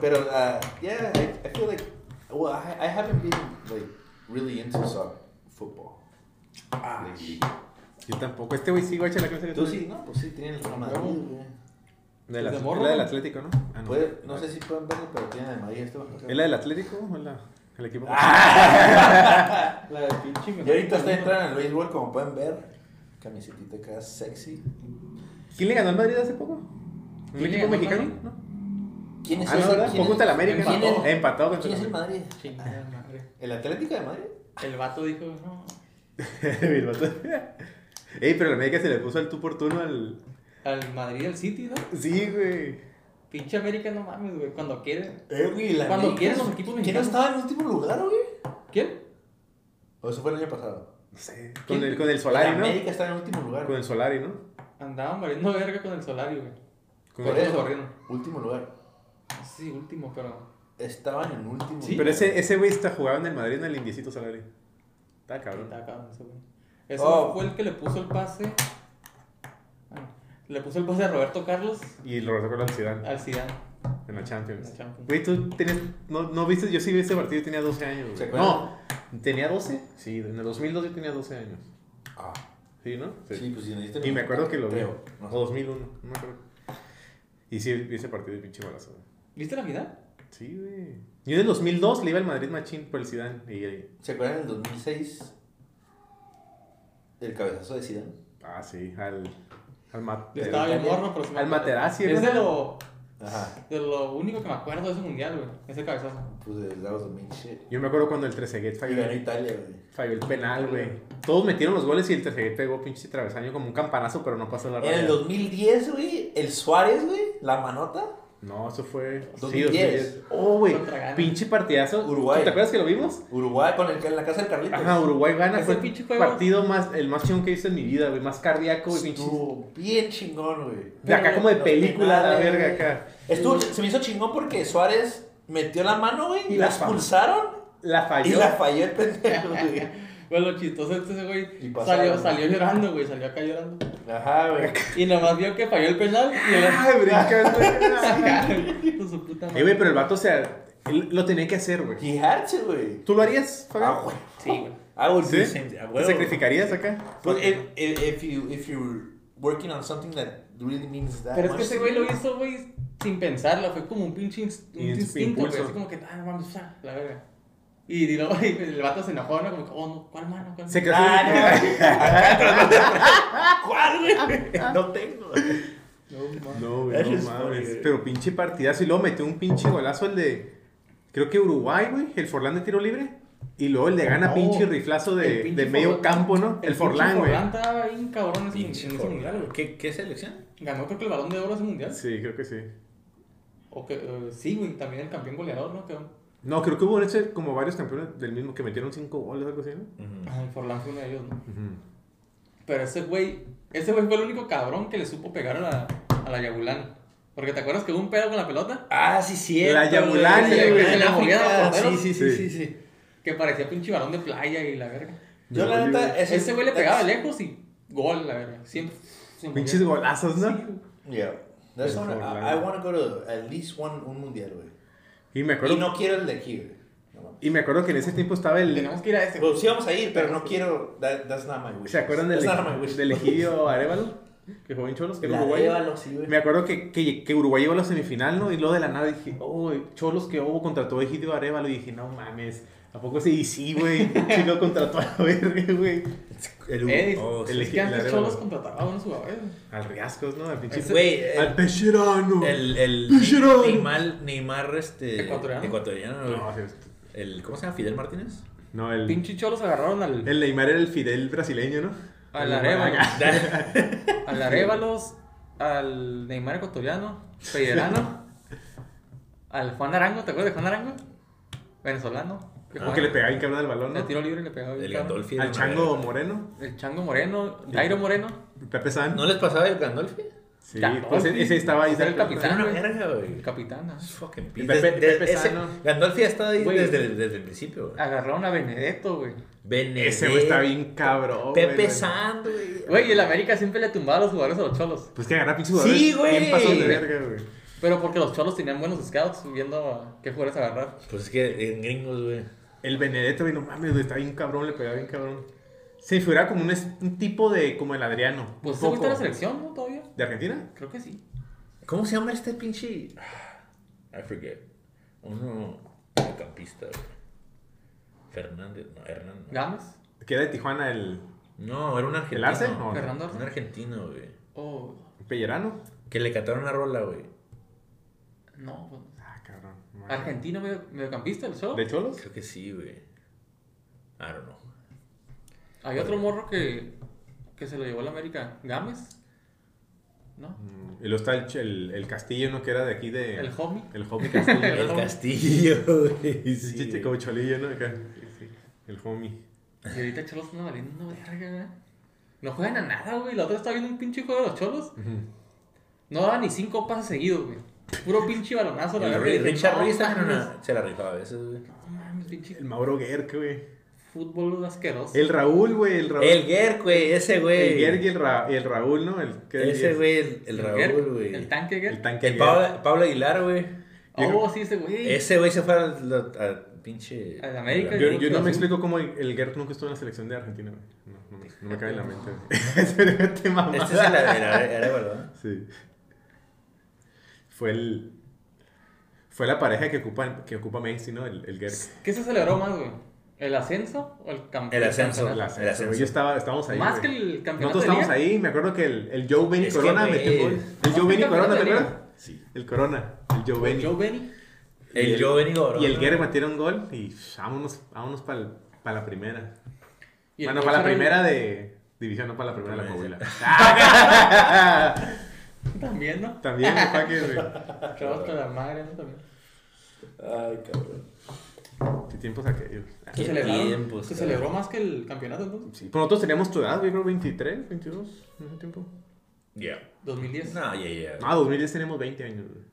[SPEAKER 1] Pero, uh, yeah, I, I feel like, well, I, I haven't been, like, really into soccer, football.
[SPEAKER 2] Ah,
[SPEAKER 1] Like,
[SPEAKER 2] Yo tampoco. Este güey sí, güey, echa la camiseta.
[SPEAKER 1] Tú sí, no, pues sí, tienen el Real Madrid, güey.
[SPEAKER 2] De
[SPEAKER 3] ¿Es
[SPEAKER 2] la,
[SPEAKER 3] de morro,
[SPEAKER 2] es la del
[SPEAKER 3] güey?
[SPEAKER 2] Atlético, ¿no? Ah, no.
[SPEAKER 1] Puede- No sé si pueden verlo, pero tienen el Madrid. Esto
[SPEAKER 2] ¿Es la del Atlético o la, el equipo?
[SPEAKER 1] Ah.
[SPEAKER 3] La de pinche
[SPEAKER 1] Y ahorita está entrando en el béisbol, como pueden ver. Camisetita acá sexy.
[SPEAKER 2] ¿Quién le ganó al Madrid hace poco? ¿Un
[SPEAKER 3] ¿Quién le
[SPEAKER 2] equipo
[SPEAKER 3] ganó al
[SPEAKER 2] mexicano?
[SPEAKER 3] Madrid?
[SPEAKER 2] ¿No?
[SPEAKER 1] ¿Quién es
[SPEAKER 2] Ah, no,
[SPEAKER 1] ese?
[SPEAKER 2] ¿verdad?
[SPEAKER 1] ¿Quién
[SPEAKER 2] Fue
[SPEAKER 1] es-
[SPEAKER 2] contra el América.
[SPEAKER 1] ¿Quién
[SPEAKER 2] Empató,
[SPEAKER 1] es-
[SPEAKER 2] empató contra
[SPEAKER 1] ¿Quién es
[SPEAKER 2] el
[SPEAKER 1] el Madrid?
[SPEAKER 3] Chingada madre.
[SPEAKER 1] ¿El Atlético de Madrid?
[SPEAKER 3] El vato dijo, no.
[SPEAKER 2] El vato. Ey, pero la América se le puso el tú por tú, ¿no? al.
[SPEAKER 3] Al Madrid, al City, ¿no?
[SPEAKER 2] Sí, güey.
[SPEAKER 3] Pinche América, no mames, güey. Cuando quiere.
[SPEAKER 1] Eh, güey, la
[SPEAKER 3] Cuando
[SPEAKER 1] América es-
[SPEAKER 3] quieren los equipos
[SPEAKER 1] ¿Quién no
[SPEAKER 3] mexicanos.
[SPEAKER 1] estaba en último lugar, güey?
[SPEAKER 3] ¿Quién?
[SPEAKER 1] O eso fue el año pasado.
[SPEAKER 2] No sé.
[SPEAKER 3] ¿Quién?
[SPEAKER 2] Con el, con el
[SPEAKER 1] El
[SPEAKER 2] Solari, ¿no?
[SPEAKER 1] América está en último lugar.
[SPEAKER 2] Con
[SPEAKER 1] güey.
[SPEAKER 2] el Solari, ¿no?
[SPEAKER 3] Andaban valiendo verga con el Solario, güey.
[SPEAKER 2] Con
[SPEAKER 1] Por
[SPEAKER 2] el-
[SPEAKER 1] eso,
[SPEAKER 3] corrieron.
[SPEAKER 1] último lugar.
[SPEAKER 3] Sí, último, pero.
[SPEAKER 1] Estaban en último
[SPEAKER 3] Sí.
[SPEAKER 2] Pero ese, ese güey está jugaba en el Madrid en el indiecito Solari. Está cabrón.
[SPEAKER 3] Está cabrón ese güey. Ese
[SPEAKER 1] Oh.
[SPEAKER 3] fue el que le puso el pase. Ah, Le puso el pase a Roberto Carlos
[SPEAKER 2] Y lo rozó con la Zidane
[SPEAKER 3] al Zidane.
[SPEAKER 2] en la Champions.
[SPEAKER 3] Ah. En la Champions.
[SPEAKER 2] Güey, tú tenías. No, no viste. Yo sí vi ese partido, yo tenía 12 años.
[SPEAKER 1] ¿Se
[SPEAKER 2] Güey.
[SPEAKER 1] acuerdan?
[SPEAKER 2] No, ¿tenía 12? Sí, en el 2002 yo tenía 12 años.
[SPEAKER 1] Ah,
[SPEAKER 2] ¿Sí, no?
[SPEAKER 1] sí, pues si necesitan-
[SPEAKER 2] Y me acuerdo que lo vi.
[SPEAKER 1] Creo, no
[SPEAKER 2] O
[SPEAKER 1] sé.
[SPEAKER 2] 2001, no me acuerdo. Y sí, vi ese partido de pinche golazo. güey.
[SPEAKER 3] ¿Viste la final?
[SPEAKER 2] Sí, güey. Yo en el 2002 le iba al Madrid Machín por el Zidane. Y, y-
[SPEAKER 1] ¿Se acuerdan del 2006? El cabezazo de Zidane.
[SPEAKER 2] ah, sí, al... Al, ma-
[SPEAKER 3] Yo estaba bien morro, pero se me
[SPEAKER 2] al
[SPEAKER 3] acuerdo.
[SPEAKER 2] Materazzi.
[SPEAKER 3] Es
[SPEAKER 2] ¿no?
[SPEAKER 3] de lo,
[SPEAKER 1] Ajá.
[SPEAKER 3] de lo único que me acuerdo de ese mundial, güey. Ese cabezazo.
[SPEAKER 1] Pues de that was the main shit.
[SPEAKER 2] Yo me acuerdo cuando el Trezeguet
[SPEAKER 1] Y ganó
[SPEAKER 2] falló,
[SPEAKER 1] Italia, güey.
[SPEAKER 2] falló el penal, güey. Todos metieron los goles y el Trezeguet pegó pinche travesaño como un campanazo, pero no pasó la
[SPEAKER 1] En el
[SPEAKER 2] raya.
[SPEAKER 1] 2010, güey, el Suárez, güey, la manota.
[SPEAKER 2] No, eso fue...
[SPEAKER 1] 2010.
[SPEAKER 2] Sí, 2010. Oh, güey.
[SPEAKER 3] Contra Ghana.
[SPEAKER 2] Pinche partidazo.
[SPEAKER 1] Uruguay.
[SPEAKER 2] ¿Te acuerdas que lo vimos?
[SPEAKER 1] Uruguay con el que en la casa del Carlitos.
[SPEAKER 2] Ajá, Uruguay gana.
[SPEAKER 3] Ese
[SPEAKER 2] Fue el
[SPEAKER 3] pinche juego-
[SPEAKER 2] partido más, el más chingón que he visto en mi vida, güey. Más cardíaco, güey. pinche-
[SPEAKER 1] Estuvo bien chingón, güey.
[SPEAKER 2] De acá como de
[SPEAKER 1] Los
[SPEAKER 2] película, la
[SPEAKER 1] penales,
[SPEAKER 2] verga,
[SPEAKER 1] güey.
[SPEAKER 2] acá.
[SPEAKER 1] Estuvo, se me hizo chingón porque Suárez metió la mano, güey,
[SPEAKER 2] Y
[SPEAKER 1] y
[SPEAKER 2] la
[SPEAKER 1] la expulsaron
[SPEAKER 2] La falló.
[SPEAKER 1] y la falló el pendejo, güey.
[SPEAKER 3] Bueno, lo chistoso es que ese
[SPEAKER 1] Y
[SPEAKER 3] güey
[SPEAKER 1] pasaron,
[SPEAKER 3] salió,
[SPEAKER 1] güey.
[SPEAKER 3] salió llorando, güey. Salió acá llorando.
[SPEAKER 1] Ajá, güey.
[SPEAKER 3] Y nomás vio que falló el penal y el
[SPEAKER 2] Ay, brinca, güey.
[SPEAKER 3] Hijo de su puta madre.
[SPEAKER 2] Eh, güey, pero el vato, o sea, él lo tenía que hacer, güey.
[SPEAKER 1] He had to, güey.
[SPEAKER 2] ¿Tú lo harías,
[SPEAKER 1] Ah,
[SPEAKER 2] Fabián?
[SPEAKER 1] güey.
[SPEAKER 3] Sí, güey.
[SPEAKER 1] I would
[SPEAKER 2] ¿Sí?
[SPEAKER 1] do the same thing. Ah,
[SPEAKER 2] ¿Te
[SPEAKER 1] güey.
[SPEAKER 2] sacrificarías acá?
[SPEAKER 1] But if, if, if you if you're working on something that really means that
[SPEAKER 3] Pero es
[SPEAKER 1] much
[SPEAKER 3] que ese
[SPEAKER 1] to
[SPEAKER 3] güey
[SPEAKER 1] you,
[SPEAKER 3] lo hizo, güey, sin pensarlo. Fue como un pinche inst- un
[SPEAKER 2] Ins-
[SPEAKER 3] instinto, güey.
[SPEAKER 2] impulso.
[SPEAKER 3] Así como que, ah, no mames, ya, la verga. Y, y luego y el vato se enojó, ¿no? Como, que, oh, no, ¿cuál mano? ¿Cuál
[SPEAKER 2] Se
[SPEAKER 3] mano?
[SPEAKER 2] creó.
[SPEAKER 1] Ah, ¿Cuál, güey? No tengo.
[SPEAKER 3] No, mames.
[SPEAKER 2] No, güey,
[SPEAKER 1] Eso
[SPEAKER 2] no
[SPEAKER 1] es funny,
[SPEAKER 2] mames.
[SPEAKER 1] güey.
[SPEAKER 2] Pero pinche partidazo. Y luego metió un pinche golazo el de. Creo que Uruguay, güey. El Forlán de tiro libre. Y luego el de gana
[SPEAKER 3] No,
[SPEAKER 2] pinche riflazo de,
[SPEAKER 3] el pinche
[SPEAKER 2] de medio
[SPEAKER 3] Forlán.
[SPEAKER 2] campo, ¿no? El,
[SPEAKER 3] pinche
[SPEAKER 2] Forlán, güey.
[SPEAKER 3] Forlán estaba bien cabrón ese, en ese mundial, güey.
[SPEAKER 4] ¿Qué, ¿Qué selección?
[SPEAKER 3] Ganó creo que el balón de oro ese mundial.
[SPEAKER 2] Sí, creo que sí.
[SPEAKER 3] O que, eh, sí, güey, también el campeón goleador, ¿no? Que, ah,
[SPEAKER 2] No, creo que hubo en ese como varios campeones del mismo que metieron cinco goles o algo así, ¿no?
[SPEAKER 3] ah, el Forlán fue uno de ellos, ¿no? Pero ese güey, ese güey fue el único cabrón que le supo pegar a la, a la Yabulán. Porque te acuerdas que hubo un pedo con la pelota
[SPEAKER 4] Ah, sí, sí.
[SPEAKER 2] La
[SPEAKER 1] Ah,
[SPEAKER 2] Yabulani,
[SPEAKER 4] Yabulani,
[SPEAKER 2] güey.
[SPEAKER 4] en
[SPEAKER 3] La
[SPEAKER 4] África.
[SPEAKER 3] Yabulani,
[SPEAKER 4] Sí,
[SPEAKER 3] portero.
[SPEAKER 4] sí, sí, sí, sí.
[SPEAKER 3] que parecía pinche balón de playa y la verga.
[SPEAKER 1] Yo la
[SPEAKER 2] Valió,
[SPEAKER 1] neta
[SPEAKER 2] güey.
[SPEAKER 1] ese,
[SPEAKER 3] Ese güey le pegaba
[SPEAKER 1] that's-
[SPEAKER 3] lejos y gol, la verga. Siempre. siempre.
[SPEAKER 2] Pinches golazos, ¿no?
[SPEAKER 3] Sí.
[SPEAKER 1] Yeah. That's
[SPEAKER 2] El
[SPEAKER 1] one, uh,
[SPEAKER 2] Forlán.
[SPEAKER 1] I, I want to go to at least one un mundial, güey.
[SPEAKER 2] Y me acuerdo,
[SPEAKER 1] Y no quiero el de aquí, güey. No mames.
[SPEAKER 2] y me acuerdo que en ese tiempo estaba el.
[SPEAKER 3] Tenemos que ir a ese.
[SPEAKER 1] Pues sí vamos a ir, pero no quiero. That, that's not my wish.
[SPEAKER 2] ¿Se acuerdan del,
[SPEAKER 1] That's not my wish.
[SPEAKER 2] del Egidio Arevalo? Que jugó en Cholos, que era
[SPEAKER 1] La
[SPEAKER 2] uruguayo.
[SPEAKER 1] Arevalo, sí, güey.
[SPEAKER 2] Me acuerdo que, que, que Uruguay llegó a la semifinal, ¿no? Y luego de la nada dije, oh, Cholos que hubo contrató a Egidio Arevalo. Y dije, no mames, ¿A poco se sí, güey? Si lo contrató a la verga, güey.
[SPEAKER 1] El,
[SPEAKER 3] Eh,
[SPEAKER 1] oh,
[SPEAKER 3] es
[SPEAKER 1] sí.
[SPEAKER 3] que antes
[SPEAKER 2] la
[SPEAKER 3] Cholos
[SPEAKER 2] regla.
[SPEAKER 3] contrataba a unos jugadores.
[SPEAKER 2] Al riascos, ¿no? Al pinche.
[SPEAKER 3] Ese-
[SPEAKER 1] Güey, el-
[SPEAKER 2] Al pecherano.
[SPEAKER 1] el, el
[SPEAKER 2] Pichero.
[SPEAKER 1] Neymar, Neymar este,
[SPEAKER 3] Ecuatoriano.
[SPEAKER 1] ecuatoriano,
[SPEAKER 2] No, sí,
[SPEAKER 1] el, ¿Cómo se llama? Fidel Martínez.
[SPEAKER 2] no, el.
[SPEAKER 3] Pinche Cholos agarraron al,
[SPEAKER 2] El Neymar era el Fidel brasileño, ¿no?
[SPEAKER 3] al
[SPEAKER 2] Acá.
[SPEAKER 3] Arevalo. Al Arevalos, al Neymar ecuatoriano, Federano, al Juan Arango, ¿te acuerdas de Juan Arango? Venezolano.
[SPEAKER 1] Ah,
[SPEAKER 2] Que
[SPEAKER 3] jugaba-
[SPEAKER 2] le pegaba bien cabrón al balón,
[SPEAKER 3] de
[SPEAKER 2] ¿no?
[SPEAKER 3] tiro libre le pegaba. bien
[SPEAKER 1] El
[SPEAKER 3] cabrón.
[SPEAKER 1] Gandolfi.
[SPEAKER 2] Al Chango Moreno.
[SPEAKER 3] El Chango Moreno, Dairo Moreno.
[SPEAKER 2] Pepe San.
[SPEAKER 1] ¿No les pasaba el Gandolfi?
[SPEAKER 2] Sí,
[SPEAKER 3] Gandolfi.
[SPEAKER 2] pues ese estaba ahí.
[SPEAKER 3] Era el
[SPEAKER 1] Era
[SPEAKER 2] Ah,
[SPEAKER 3] capitán.
[SPEAKER 1] una
[SPEAKER 3] güey.
[SPEAKER 1] verga, güey.
[SPEAKER 3] El capitán. ah.
[SPEAKER 1] It's Fucking
[SPEAKER 2] Y
[SPEAKER 1] piece.
[SPEAKER 2] Pepe-
[SPEAKER 1] Desde- desde-
[SPEAKER 2] Pepe
[SPEAKER 1] ese-
[SPEAKER 2] Sano. Ah,
[SPEAKER 1] Gandolfi ha estado ahí
[SPEAKER 3] Güey.
[SPEAKER 1] desde, desde el principio, güey.
[SPEAKER 3] Agarraron a Benedetto, güey.
[SPEAKER 1] Benedetto,
[SPEAKER 2] Ese güey está bien cabrón.
[SPEAKER 1] Pepe
[SPEAKER 2] güey.
[SPEAKER 1] San, güey. Ah,
[SPEAKER 3] Güey, el América siempre le tumbaba a los jugadores a los cholos.
[SPEAKER 2] Pues que agarra pinche
[SPEAKER 1] Sí, güey.
[SPEAKER 2] Bien pasó de verga, güey.
[SPEAKER 3] Pero porque los cholos tenían buenos scouts viendo a qué jugadores agarrar.
[SPEAKER 1] Pues es que en gringos, güey.
[SPEAKER 2] El Benedetto, güey, no mames, güey, está bien cabrón, le pegaba bien cabrón. Se me figura como un, es- un tipo de, como el Adriano.
[SPEAKER 3] Pues ese
[SPEAKER 2] un
[SPEAKER 3] güey está en la
[SPEAKER 2] poco.
[SPEAKER 3] selección, ¿no? Todavía.
[SPEAKER 2] ¿De Argentina?
[SPEAKER 3] Creo que sí.
[SPEAKER 1] ¿Cómo se llama este pinche? Ah, I forget. Uno campista, güey. Fernández, no, Hernán. No,
[SPEAKER 3] Gámez.
[SPEAKER 2] Que era de Tijuana, el
[SPEAKER 1] No, era un argentino.
[SPEAKER 2] Arce? No.
[SPEAKER 3] Fernando
[SPEAKER 1] Un
[SPEAKER 3] Arce.
[SPEAKER 1] argentino, güey.
[SPEAKER 3] Oh,
[SPEAKER 2] Pellerano.
[SPEAKER 1] Que le cantaron una rola, güey.
[SPEAKER 3] no. pues,
[SPEAKER 2] Ah, cabrón. no mames.
[SPEAKER 3] Argentino medio- mediocampista, el Cholos.
[SPEAKER 2] ¿De Cholos?
[SPEAKER 1] Creo que sí, güey. I don't know.
[SPEAKER 3] Hay otro morro que, que se lo llevó a la América. Gámez. ¿No?
[SPEAKER 2] Mm, Y luego está el, ch- el, el Castillo, ¿no? Que era de aquí de...
[SPEAKER 3] El homie.
[SPEAKER 2] El homie Castillo.
[SPEAKER 1] El Castillo, güey.
[SPEAKER 2] Sí,
[SPEAKER 1] Sí,
[SPEAKER 2] sí,
[SPEAKER 1] güey.
[SPEAKER 2] como Cholillo, ¿no? Acá. El homie.
[SPEAKER 3] Y ahorita Cholos no valiendo verga, güey. No juegan a nada, güey. La otra estaba viendo un pinche juego de los Cholos. No daba ni cinco pases seguidos, güey. Puro pinche balonazo.
[SPEAKER 1] El
[SPEAKER 3] verga,
[SPEAKER 1] Ri-
[SPEAKER 3] dije,
[SPEAKER 1] Richard
[SPEAKER 3] no,
[SPEAKER 1] Ruiz
[SPEAKER 3] mames.
[SPEAKER 1] también una- se la rifaba a veces, güey.
[SPEAKER 3] No mames, pinche
[SPEAKER 2] El Mauro Gerg, güey.
[SPEAKER 3] fútbol asqueroso.
[SPEAKER 2] El Raúl, güey. El Raúl.
[SPEAKER 1] El Ger, güey, ese güey.
[SPEAKER 2] El Gerg y el, Ra- y el Raúl, ¿no? El, que era el
[SPEAKER 1] Ese
[SPEAKER 2] diez.
[SPEAKER 1] güey, el, el Raúl,
[SPEAKER 3] Ger-
[SPEAKER 1] güey.
[SPEAKER 3] El tanque,
[SPEAKER 2] El
[SPEAKER 3] güey.
[SPEAKER 2] tanque.
[SPEAKER 1] El
[SPEAKER 2] Gerg.
[SPEAKER 1] Pablo, Pablo Aguilar, güey.
[SPEAKER 3] Oh, sí, ese güey.
[SPEAKER 1] Ese güey se fue al, al- al pinche.
[SPEAKER 3] Al América.
[SPEAKER 2] Yo, yo no
[SPEAKER 3] Azul.
[SPEAKER 2] me explico cómo el, el Gerg nunca estuvo en la selección de Argentina, güey. No, no, me- no me cabe en la mente. güey. Te mamada.
[SPEAKER 1] Este es el Arevalo, ¿no?
[SPEAKER 2] Sí. Fue el... Fue la pareja que ocupa, que ocupa Messi, ¿no? El, el Gerg.
[SPEAKER 3] ¿Qué se celebró más, güey? ¿El ascenso o el campeonato?
[SPEAKER 1] El ascenso.
[SPEAKER 2] El
[SPEAKER 1] El
[SPEAKER 2] ascenso,
[SPEAKER 1] ascenso.
[SPEAKER 2] güey. Yo estaba, estábamos ahí,
[SPEAKER 3] Más
[SPEAKER 2] güey.
[SPEAKER 3] que el campeonato
[SPEAKER 2] Nosotros
[SPEAKER 3] de liga.
[SPEAKER 2] estábamos ahí, me acuerdo que el, el Joe Benny
[SPEAKER 1] Es que,
[SPEAKER 2] Corona
[SPEAKER 1] güey.
[SPEAKER 2] metió el gol. El
[SPEAKER 3] Ah,
[SPEAKER 2] Joe Benny
[SPEAKER 3] el
[SPEAKER 2] Corona, ¿te
[SPEAKER 3] campeonato de
[SPEAKER 2] acuerdas?
[SPEAKER 3] liga.
[SPEAKER 1] Sí.
[SPEAKER 2] El Corona, el Joe Benny.
[SPEAKER 3] Joe Benny.
[SPEAKER 2] Y
[SPEAKER 1] El
[SPEAKER 2] el-
[SPEAKER 1] Joven Igor.
[SPEAKER 2] Y el Guerre metieron gol y sh, vámonos, vámonos para la primera.
[SPEAKER 3] Y el
[SPEAKER 2] bueno,
[SPEAKER 3] coach
[SPEAKER 2] para la
[SPEAKER 3] era el-
[SPEAKER 2] primera de división, no para la primera de la
[SPEAKER 1] Primera.
[SPEAKER 2] Coahuila. Ah,
[SPEAKER 3] También, ¿no?
[SPEAKER 2] También, no pa' que, güey.
[SPEAKER 1] Ah,
[SPEAKER 3] Chavos con la madre, ¿no? También.
[SPEAKER 1] Ay, cabrón.
[SPEAKER 2] Qué tiempos aquellos.
[SPEAKER 3] Se
[SPEAKER 1] Qué pues,
[SPEAKER 3] celebraron-
[SPEAKER 1] tiempos,
[SPEAKER 3] Se
[SPEAKER 1] cabrón.
[SPEAKER 3] celebró más que el campeonato, entonces.
[SPEAKER 2] Sí, pero nosotros teníamos tu edad, yo creo 23, 22 en ese tiempo.
[SPEAKER 1] Yeah.
[SPEAKER 3] 2010.
[SPEAKER 1] No, yeah, yeah.
[SPEAKER 2] Ah, 2010 tenemos 20 años. güey.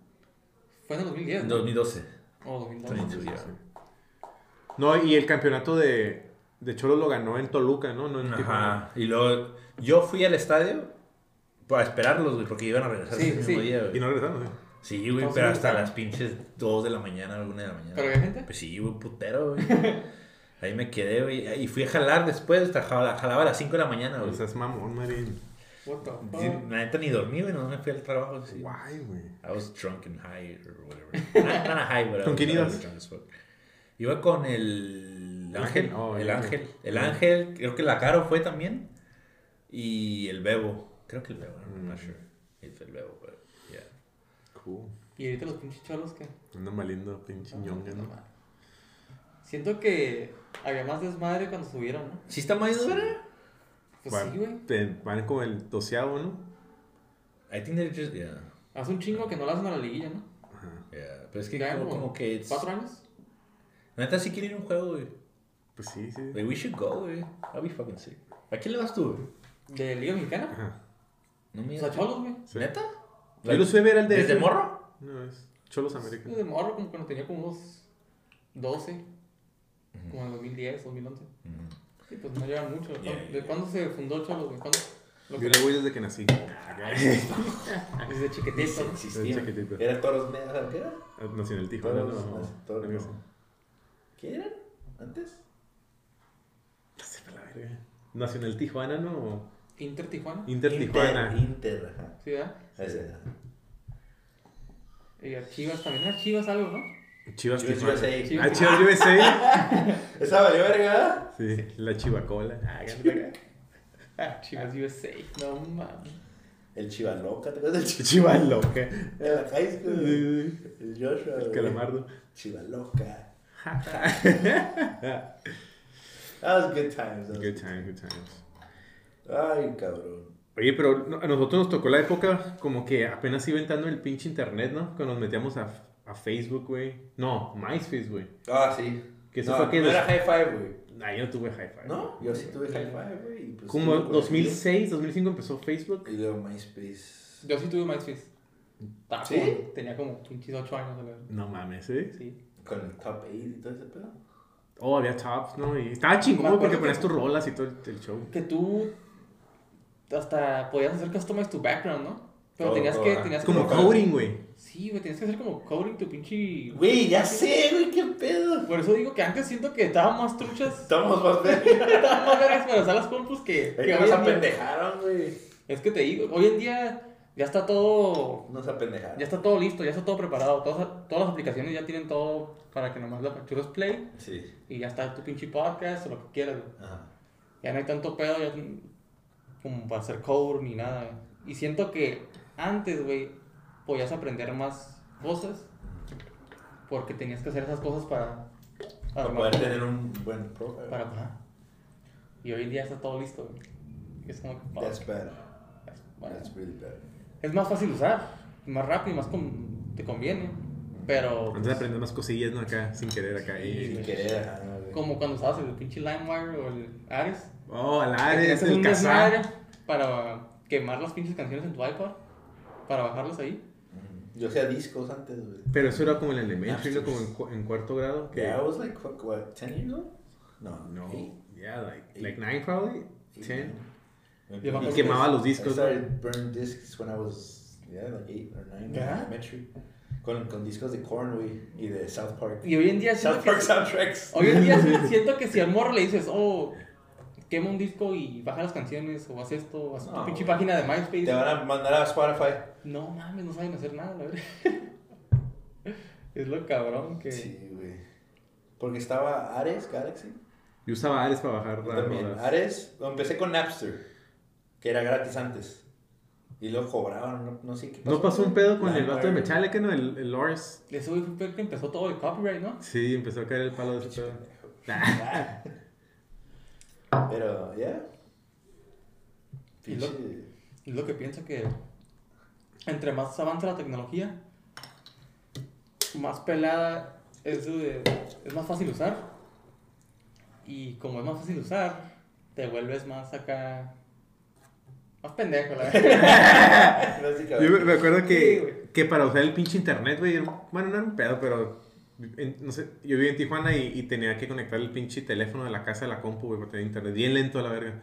[SPEAKER 3] Fue en el 2010.
[SPEAKER 1] En
[SPEAKER 3] ¿no?
[SPEAKER 1] 2012.
[SPEAKER 3] O 2012.
[SPEAKER 2] No, y el campeonato de, de Cholo lo ganó en Toluca, ¿no? No en Tijuana.
[SPEAKER 1] Ajá. Y luego yo fui al estadio para esperarlos, güey, porque iban a regresar
[SPEAKER 3] Sí,
[SPEAKER 1] ese
[SPEAKER 3] sí.
[SPEAKER 1] mismo día,
[SPEAKER 2] Y
[SPEAKER 1] güey.
[SPEAKER 2] no regresaron, ¿sí?
[SPEAKER 1] Sí, güey,
[SPEAKER 3] Todos
[SPEAKER 1] pero hasta
[SPEAKER 3] regresaron.
[SPEAKER 1] las pinches 2 de la mañana, alguna de la mañana.
[SPEAKER 3] ¿Pero había gente?
[SPEAKER 1] Pues sí, güey, putero, güey. Ahí me quedé, güey. Y fui a jalar después, hasta jala- jalaba a las 5 de la mañana, güey.
[SPEAKER 2] O sea, es mamón, Marín.
[SPEAKER 3] What the fuck?
[SPEAKER 1] Sí, la neta ni dormí, güey, no me fui al trabajo. Sí.
[SPEAKER 2] Guay, güey.
[SPEAKER 1] I was drunk and high or whatever. not, not high, but I
[SPEAKER 2] ¿Con
[SPEAKER 1] was-
[SPEAKER 2] quién
[SPEAKER 1] I was
[SPEAKER 2] ibas?
[SPEAKER 1] drunk as fuck. Iba con el
[SPEAKER 2] ¿El
[SPEAKER 1] Ángel.
[SPEAKER 2] Ángel? Oh,
[SPEAKER 1] el
[SPEAKER 2] ya.
[SPEAKER 1] Ángel. El Ángel, creo que la Caro fue también. Y el Bebo. Creo que el Bebo, I'm not sure. If el Bebo, but yeah.
[SPEAKER 2] Cool.
[SPEAKER 3] Y ahorita los pinches cholos que.
[SPEAKER 2] Andan valiendo pinche ñonga, ¿no?
[SPEAKER 3] Siento que había más desmadre cuando subieron, ¿no?
[SPEAKER 1] ¿Sí está más dura?
[SPEAKER 3] Pues
[SPEAKER 2] Van-
[SPEAKER 3] sí, güey.
[SPEAKER 2] te- Van como el doceavo, ¿no?
[SPEAKER 1] I think they're just, yeah.
[SPEAKER 3] Hace un chingo que no la hacen a la liguilla, ¿no?
[SPEAKER 1] Yeah. Pero es que
[SPEAKER 3] Ya
[SPEAKER 1] como,
[SPEAKER 3] como
[SPEAKER 1] como que it's...
[SPEAKER 3] ¿Cuatro años?
[SPEAKER 1] La neta sí quiero ir a un juego, güey.
[SPEAKER 2] Pues sí, sí.
[SPEAKER 1] Like, we should go, güey. I'll be fucking sick. ¿A quién le vas tú, güey?
[SPEAKER 3] ¿De Liga Mexicana?
[SPEAKER 2] Ajá.
[SPEAKER 1] No me
[SPEAKER 3] O sea,
[SPEAKER 1] digas.
[SPEAKER 3] cholos, güey.
[SPEAKER 2] Sí.
[SPEAKER 1] ¿Neta?
[SPEAKER 2] Yo lo fui a ver al de.
[SPEAKER 1] ¿Desde morro?
[SPEAKER 2] No, es Cholos América.
[SPEAKER 3] Yo de morro, como cuando tenía como unos 12, como en 2010, 2011. Sí, pues no llevan mucho.
[SPEAKER 1] Yeah,
[SPEAKER 3] ¿De
[SPEAKER 1] yeah.
[SPEAKER 3] cuándo se fundó Cholos, güey? ¿Cuándo? Lo
[SPEAKER 2] Yo
[SPEAKER 3] que-
[SPEAKER 2] le voy desde que nací.
[SPEAKER 3] Desde chiquitito. ¿no?
[SPEAKER 2] Era chiquitito.
[SPEAKER 5] Era Toros Mesa, ¿qué era?
[SPEAKER 2] Nací Ah, en el Tijuana.
[SPEAKER 5] Toros,
[SPEAKER 2] no,
[SPEAKER 5] no, toros,
[SPEAKER 2] algo así.
[SPEAKER 5] no. ¿Qué eran antes?
[SPEAKER 2] Ya se fue la verga. Nací en el Tijuana, ¿no?
[SPEAKER 3] Inter Tijuana.
[SPEAKER 2] Inter Tijuana.
[SPEAKER 5] Inter, ajá.
[SPEAKER 3] Sí, ¿verdad?
[SPEAKER 5] Ese, ajá.
[SPEAKER 3] Y a Ah, Chivas también. Era Chivas algo, ¿no?
[SPEAKER 2] Chivas
[SPEAKER 1] Chivas
[SPEAKER 2] Tijuana.
[SPEAKER 1] USA.
[SPEAKER 3] Sí.
[SPEAKER 2] Ah, Chivas USA.
[SPEAKER 1] Esa valió verga.
[SPEAKER 2] Sí, la chivacola. Ah,
[SPEAKER 3] Ah, Chivas USA. No mames.
[SPEAKER 1] El Chivaloca, ¿te acuerdas del Chivaloca?
[SPEAKER 2] Chiva loca.
[SPEAKER 1] En la high school.
[SPEAKER 2] Sí, sí.
[SPEAKER 1] El Joshua. güey.
[SPEAKER 2] Calamardo.
[SPEAKER 1] Chivaloca. That was good times. that was
[SPEAKER 2] Ah, Good times, good times.
[SPEAKER 1] Ay, cabrón.
[SPEAKER 2] Oye, pero no- a nosotros nos tocó la época como que apenas iba entrando el pinche internet, ¿no? Cuando nos metíamos a, a Facebook, güey. No, MySpace, güey.
[SPEAKER 1] Ah, sí.
[SPEAKER 2] Que eso
[SPEAKER 1] no,
[SPEAKER 2] fue que...
[SPEAKER 1] no
[SPEAKER 2] des-
[SPEAKER 1] era high five, güey.
[SPEAKER 2] Nah, yo no tuve hi-fi.
[SPEAKER 1] ¿No? Yo sí tuve high five, güey. y pues
[SPEAKER 2] Como
[SPEAKER 1] tuve
[SPEAKER 2] 2006, 2005 empezó Facebook.
[SPEAKER 1] Y luego MySpace.
[SPEAKER 3] Yo sí tuve MySpace. Ah,
[SPEAKER 1] ¿Sí?
[SPEAKER 3] como- Tenía como 28 años. a la vez.
[SPEAKER 2] No mames, ¿eh?
[SPEAKER 3] Sí.
[SPEAKER 1] Con el top 8 y todo ese pedo.
[SPEAKER 2] Oh, había tops, ¿no? Y estaba
[SPEAKER 3] Me
[SPEAKER 2] chingón
[SPEAKER 3] acuerdo
[SPEAKER 2] porque
[SPEAKER 3] que-
[SPEAKER 2] ponías tus rolas y todo el, el show.
[SPEAKER 3] Que tú hasta podías hacer customize tu background, ¿no? Pero
[SPEAKER 1] Todo,
[SPEAKER 3] tenías
[SPEAKER 1] todo,
[SPEAKER 3] que...
[SPEAKER 1] ah.
[SPEAKER 3] Tenías
[SPEAKER 2] Como
[SPEAKER 3] que-
[SPEAKER 2] coding, güey.
[SPEAKER 3] Sí, güey. Tenías que hacer como coding tu pinche...
[SPEAKER 1] Güey, ya sé, güey, qué pedo.
[SPEAKER 3] Por eso digo que antes siento que estaban más truchas.
[SPEAKER 1] Estamos más verga.
[SPEAKER 3] estaban más vergas para usar las compus que... que
[SPEAKER 1] Es que
[SPEAKER 3] hoy
[SPEAKER 1] nos
[SPEAKER 3] en día.
[SPEAKER 1] apendejaron, güey.
[SPEAKER 3] Es que te digo, hoy en día ya está todo...
[SPEAKER 1] Nos apendejaron.
[SPEAKER 3] Ya está todo listo, ya está todo preparado. Todas, todas las aplicaciones ya tienen todo para que nomás lo capturas play
[SPEAKER 1] Sí.
[SPEAKER 3] y ya está tu pinche podcast o lo que quieras. güey.
[SPEAKER 1] Ajá.
[SPEAKER 3] Ya no hay tanto pedo ya ten- como para hacer cover ni nada. güey. Y siento que antes, güey, podías aprender más cosas porque tenías que hacer esas cosas para
[SPEAKER 1] Para
[SPEAKER 3] armar-
[SPEAKER 1] poder tener un buen eh, profile.
[SPEAKER 3] para- ajá. Y hoy en día está todo listo, güey. Es como que, ah,
[SPEAKER 1] That's bad.
[SPEAKER 3] es- bueno,
[SPEAKER 1] That's really bad.
[SPEAKER 3] es más fácil usar, más rápido, más con- te conviene. Pero
[SPEAKER 2] Antes de
[SPEAKER 3] pues,
[SPEAKER 2] aprender unas cosillas, ¿no? Acá, sin querer, acá.
[SPEAKER 3] Sí,
[SPEAKER 2] eh.
[SPEAKER 1] Sin querer, ajá, güey.
[SPEAKER 3] como cuando usabas el pinche LimeWire o el Ares.
[SPEAKER 2] Oh,
[SPEAKER 3] que
[SPEAKER 2] Alares,
[SPEAKER 3] hacías
[SPEAKER 2] el
[SPEAKER 3] un
[SPEAKER 2] casar.
[SPEAKER 3] desmadre Para quemar las pinches canciones en tu iPod. Para bajarlas ahí.
[SPEAKER 1] Ujú. Yo hacía discos antes, güey.
[SPEAKER 2] Pero eso era como en elementary,
[SPEAKER 3] Ah,
[SPEAKER 2] ¿no? Como en, cu- en cuarto grado. Que...
[SPEAKER 1] Yeah, I was like, fuck, what, 10 years old? No,
[SPEAKER 2] No.
[SPEAKER 1] eight,
[SPEAKER 2] Yeah, like, like nine probably.
[SPEAKER 1] eight,
[SPEAKER 2] Ten.
[SPEAKER 1] nine.
[SPEAKER 3] Y
[SPEAKER 1] Maybe
[SPEAKER 3] quemaba
[SPEAKER 1] because
[SPEAKER 2] los discos,
[SPEAKER 1] I started burning discs when I was, yeah, like 8 or 9
[SPEAKER 3] ¿Ya?
[SPEAKER 1] in elementary. Con, con discos de Korn, güey, y de South Park.
[SPEAKER 3] Y hoy en día siento
[SPEAKER 1] South
[SPEAKER 3] que,
[SPEAKER 1] Park soundtracks.
[SPEAKER 3] hoy en día si- siento que si al morro le dices, oh, quema un disco y baja las canciones, o haz esto, o haz tu
[SPEAKER 1] No,
[SPEAKER 3] pinche
[SPEAKER 1] güey.
[SPEAKER 3] página de MySpace.
[SPEAKER 1] Te van a mandar a Spotify.
[SPEAKER 3] No mames, no saben hacer nada, la verdad. es lo cabrón que.
[SPEAKER 1] Sí, güey. Porque estaba Ares, Galaxy.
[SPEAKER 2] Yo usaba Ares para bajar
[SPEAKER 1] Yo
[SPEAKER 2] las
[SPEAKER 1] también.
[SPEAKER 2] rolas.
[SPEAKER 1] Ares, empecé con Napster, que era gratis antes. Y lo cobraban, no, no sé qué
[SPEAKER 2] ¿No pasó un pedo con el vato de
[SPEAKER 1] Limewire.
[SPEAKER 2] Metallica, no? El, el Lawrence.
[SPEAKER 3] Eso güey, fue el que empezó todo el copyright, ¿no?
[SPEAKER 2] Sí, empezó a caer el palo de ese pedo.
[SPEAKER 1] Pero, ya.
[SPEAKER 3] Y lo-
[SPEAKER 1] Pinche-
[SPEAKER 3] Es lo que pienso que entre más avanza la tecnología, más pelada es, de- es más fácil usar. Y como es más fácil usar, te vuelves más acá. más pendejo, la verdad.
[SPEAKER 1] No sé,
[SPEAKER 2] Yo me,
[SPEAKER 1] cabrón.
[SPEAKER 2] me acuerdo
[SPEAKER 3] Sí,
[SPEAKER 2] que,
[SPEAKER 3] güey.
[SPEAKER 2] que para usar el pinche internet, güey, era- bueno, no era un pedo, pero en- no sé, yo vivía en Tijuana y, y tenía que conectar el pinche teléfono de la casa a la compu, güey, porque tenía internet bien lento a la verga.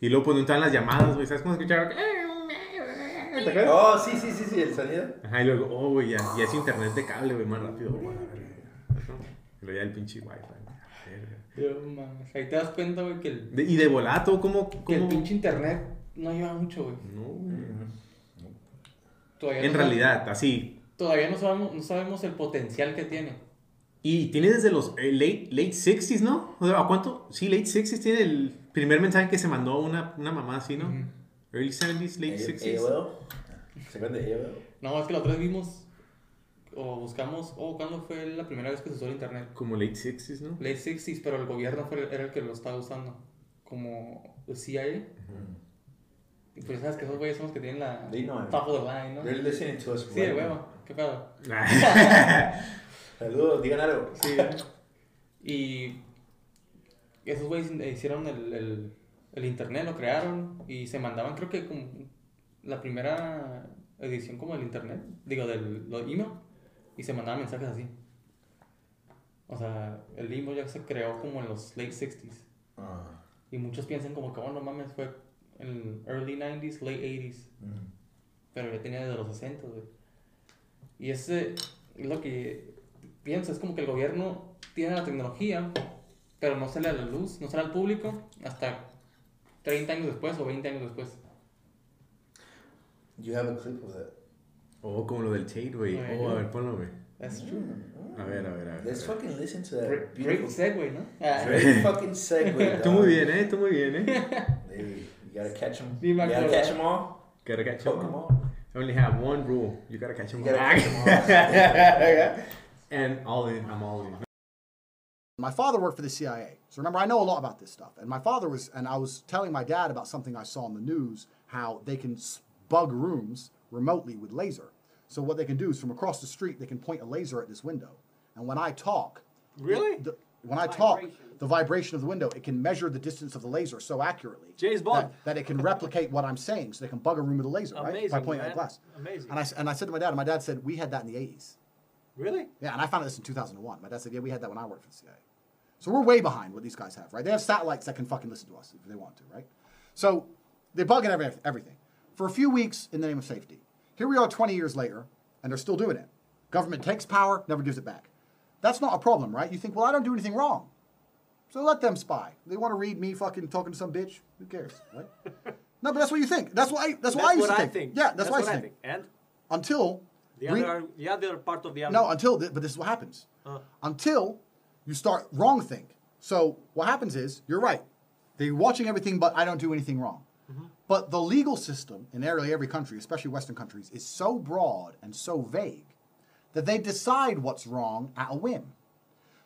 [SPEAKER 2] Y luego pues no entraban las llamadas, güey, ¿sabes cómo escuchaba?
[SPEAKER 3] Eh,
[SPEAKER 2] ¿Te acuerdas?
[SPEAKER 1] Oh, sí, sí, sí, sí, el sonido.
[SPEAKER 2] Ajá, y luego, oh, güey, ya, ya es internet de cable, güey, más rápido, güey, a la verga. Y luego ya el pinche wifi, güey, a la verga.
[SPEAKER 3] Pero, mames, Ahí te das cuenta, güey, que el,
[SPEAKER 2] De- y de volato, ¿cómo?
[SPEAKER 3] que el
[SPEAKER 2] cómo?
[SPEAKER 3] pinche Mm, internet no lleva mucho, güey.
[SPEAKER 2] No, güey.
[SPEAKER 3] Todavía
[SPEAKER 2] En
[SPEAKER 3] no-
[SPEAKER 2] realidad, así,
[SPEAKER 3] Todavía no sabemos, no sabemos el potencial que tiene.
[SPEAKER 2] Y tiene desde los eh, late, late 60s, ¿no? O sea, ¿a cuánto? Sí, late 60s tiene el primer mensaje que se mandó una, una mamá así, ¿no?
[SPEAKER 3] Ujú.
[SPEAKER 2] Early 70s, late
[SPEAKER 1] A-
[SPEAKER 2] 60s.
[SPEAKER 1] AOL. Eh, ¿Se acuerdan de AOL?
[SPEAKER 3] No, es que la otra vez vimos o buscamos, oh, ¿cuándo fue la primera vez que se usó el internet?
[SPEAKER 2] Como late 60s, ¿no?
[SPEAKER 3] Late 60s, pero el gobierno fue, era el que lo estaba usando. Como el CIA. Y pues sabes que esos güeyes son los que tienen la
[SPEAKER 1] Sí, no, eh.
[SPEAKER 3] top of the line, ¿no?
[SPEAKER 1] They're listening to us.
[SPEAKER 3] Sí, de
[SPEAKER 1] right
[SPEAKER 3] huevo.
[SPEAKER 1] now.
[SPEAKER 3] Qué pedo.
[SPEAKER 1] Saludos, digan algo.
[SPEAKER 3] Sí. y esos güeyes hicieron el, el, el internet, lo crearon y se mandaban, creo que como la primera edición como del internet, digo, del lo email, y se mandaban mensajes así. O sea, el email ya se creó como en los late 60s.
[SPEAKER 1] Ah,
[SPEAKER 3] Y muchos piensan como que, oh, no mames, fue en early 90s, late 80s.
[SPEAKER 1] mm.
[SPEAKER 3] Pero ya tenía desde los 60, güey. Y ese es lo que pienso, es como que el gobierno tiene la tecnología, pero no sale a la luz, no sale al público hasta 30 años después o 20 años después.
[SPEAKER 1] You have a clip of that.
[SPEAKER 2] Oh, como lo del Tate, güey.
[SPEAKER 3] Bueno.
[SPEAKER 2] Oh, a ver, ponlo, güey.
[SPEAKER 3] That's true.
[SPEAKER 2] A ver, a ver, a ver.
[SPEAKER 1] Let's fucking listen to that.
[SPEAKER 3] Great great
[SPEAKER 1] Mm. beautiful
[SPEAKER 3] segue, ¿no? Ah,
[SPEAKER 1] Great fucking segue.
[SPEAKER 2] Tú muy bien, eh, tú muy bien, eh.
[SPEAKER 1] Hey, you gotta catch them.
[SPEAKER 3] Ni
[SPEAKER 1] You
[SPEAKER 3] me
[SPEAKER 1] gotta
[SPEAKER 3] acuerdo.
[SPEAKER 1] catch them all.
[SPEAKER 2] Gotta catch 'em
[SPEAKER 1] Choke 'em
[SPEAKER 2] all.
[SPEAKER 1] all.
[SPEAKER 2] I only have one rule. You gotta catch 'em
[SPEAKER 1] You
[SPEAKER 2] all.
[SPEAKER 1] gotta catch 'em all.
[SPEAKER 2] and all in, I'm all in.
[SPEAKER 6] My father worked for the CIA. So remember, I know a lot about this stuff. And my father was, and I was telling my dad about something I saw in the news how they can s- bug rooms remotely with laser. So what they can do is from across the street, they can point a laser at this window. And when I talk,
[SPEAKER 7] Really?
[SPEAKER 6] the, when I talk, the vibration of the window, it can measure the distance of the laser so accurately
[SPEAKER 7] James Bond.
[SPEAKER 6] That, that it can replicate what I'm saying. So they can bug a room with a laser, right? By
[SPEAKER 7] Amazing,
[SPEAKER 6] pointing at
[SPEAKER 7] man.
[SPEAKER 6] a glass.
[SPEAKER 7] Amazing.
[SPEAKER 6] And I, s- and I said to my dad, and my dad said, we had that in the 80s.
[SPEAKER 7] Really?
[SPEAKER 6] Yeah, and I found this in 2001. My dad said, yeah, we had that when I worked for the CIA. So we're way behind what these guys have, right? They have satellites that can fucking listen to us if they want to, right? So they're bugging every, everything for a few weeks in the name of safety. Here we are 20 years later, and they're still doing it. Government takes power, never gives it back. That's not a problem, right? You think, well, I don't do anything wrong. So let them spy. They want to read me fucking talking to some bitch. Who cares, right? no, but that's what you think. That's what I, that's what I used to
[SPEAKER 7] what I
[SPEAKER 6] think.
[SPEAKER 7] think.
[SPEAKER 6] Yeah, that's, what I used
[SPEAKER 7] what
[SPEAKER 6] to
[SPEAKER 7] I
[SPEAKER 6] think.
[SPEAKER 7] think. And
[SPEAKER 6] Until
[SPEAKER 7] the
[SPEAKER 6] we-
[SPEAKER 7] other, the other part of the argument.
[SPEAKER 6] no, until th- but this is what happens. Until you start wrong think. So what happens is you're right. They're watching everything, but I don't do anything wrong.
[SPEAKER 7] Mm-hmm.
[SPEAKER 6] But the legal system in nearly every country, especially Western countries, is so broad and so vague that they decide what's wrong at a whim.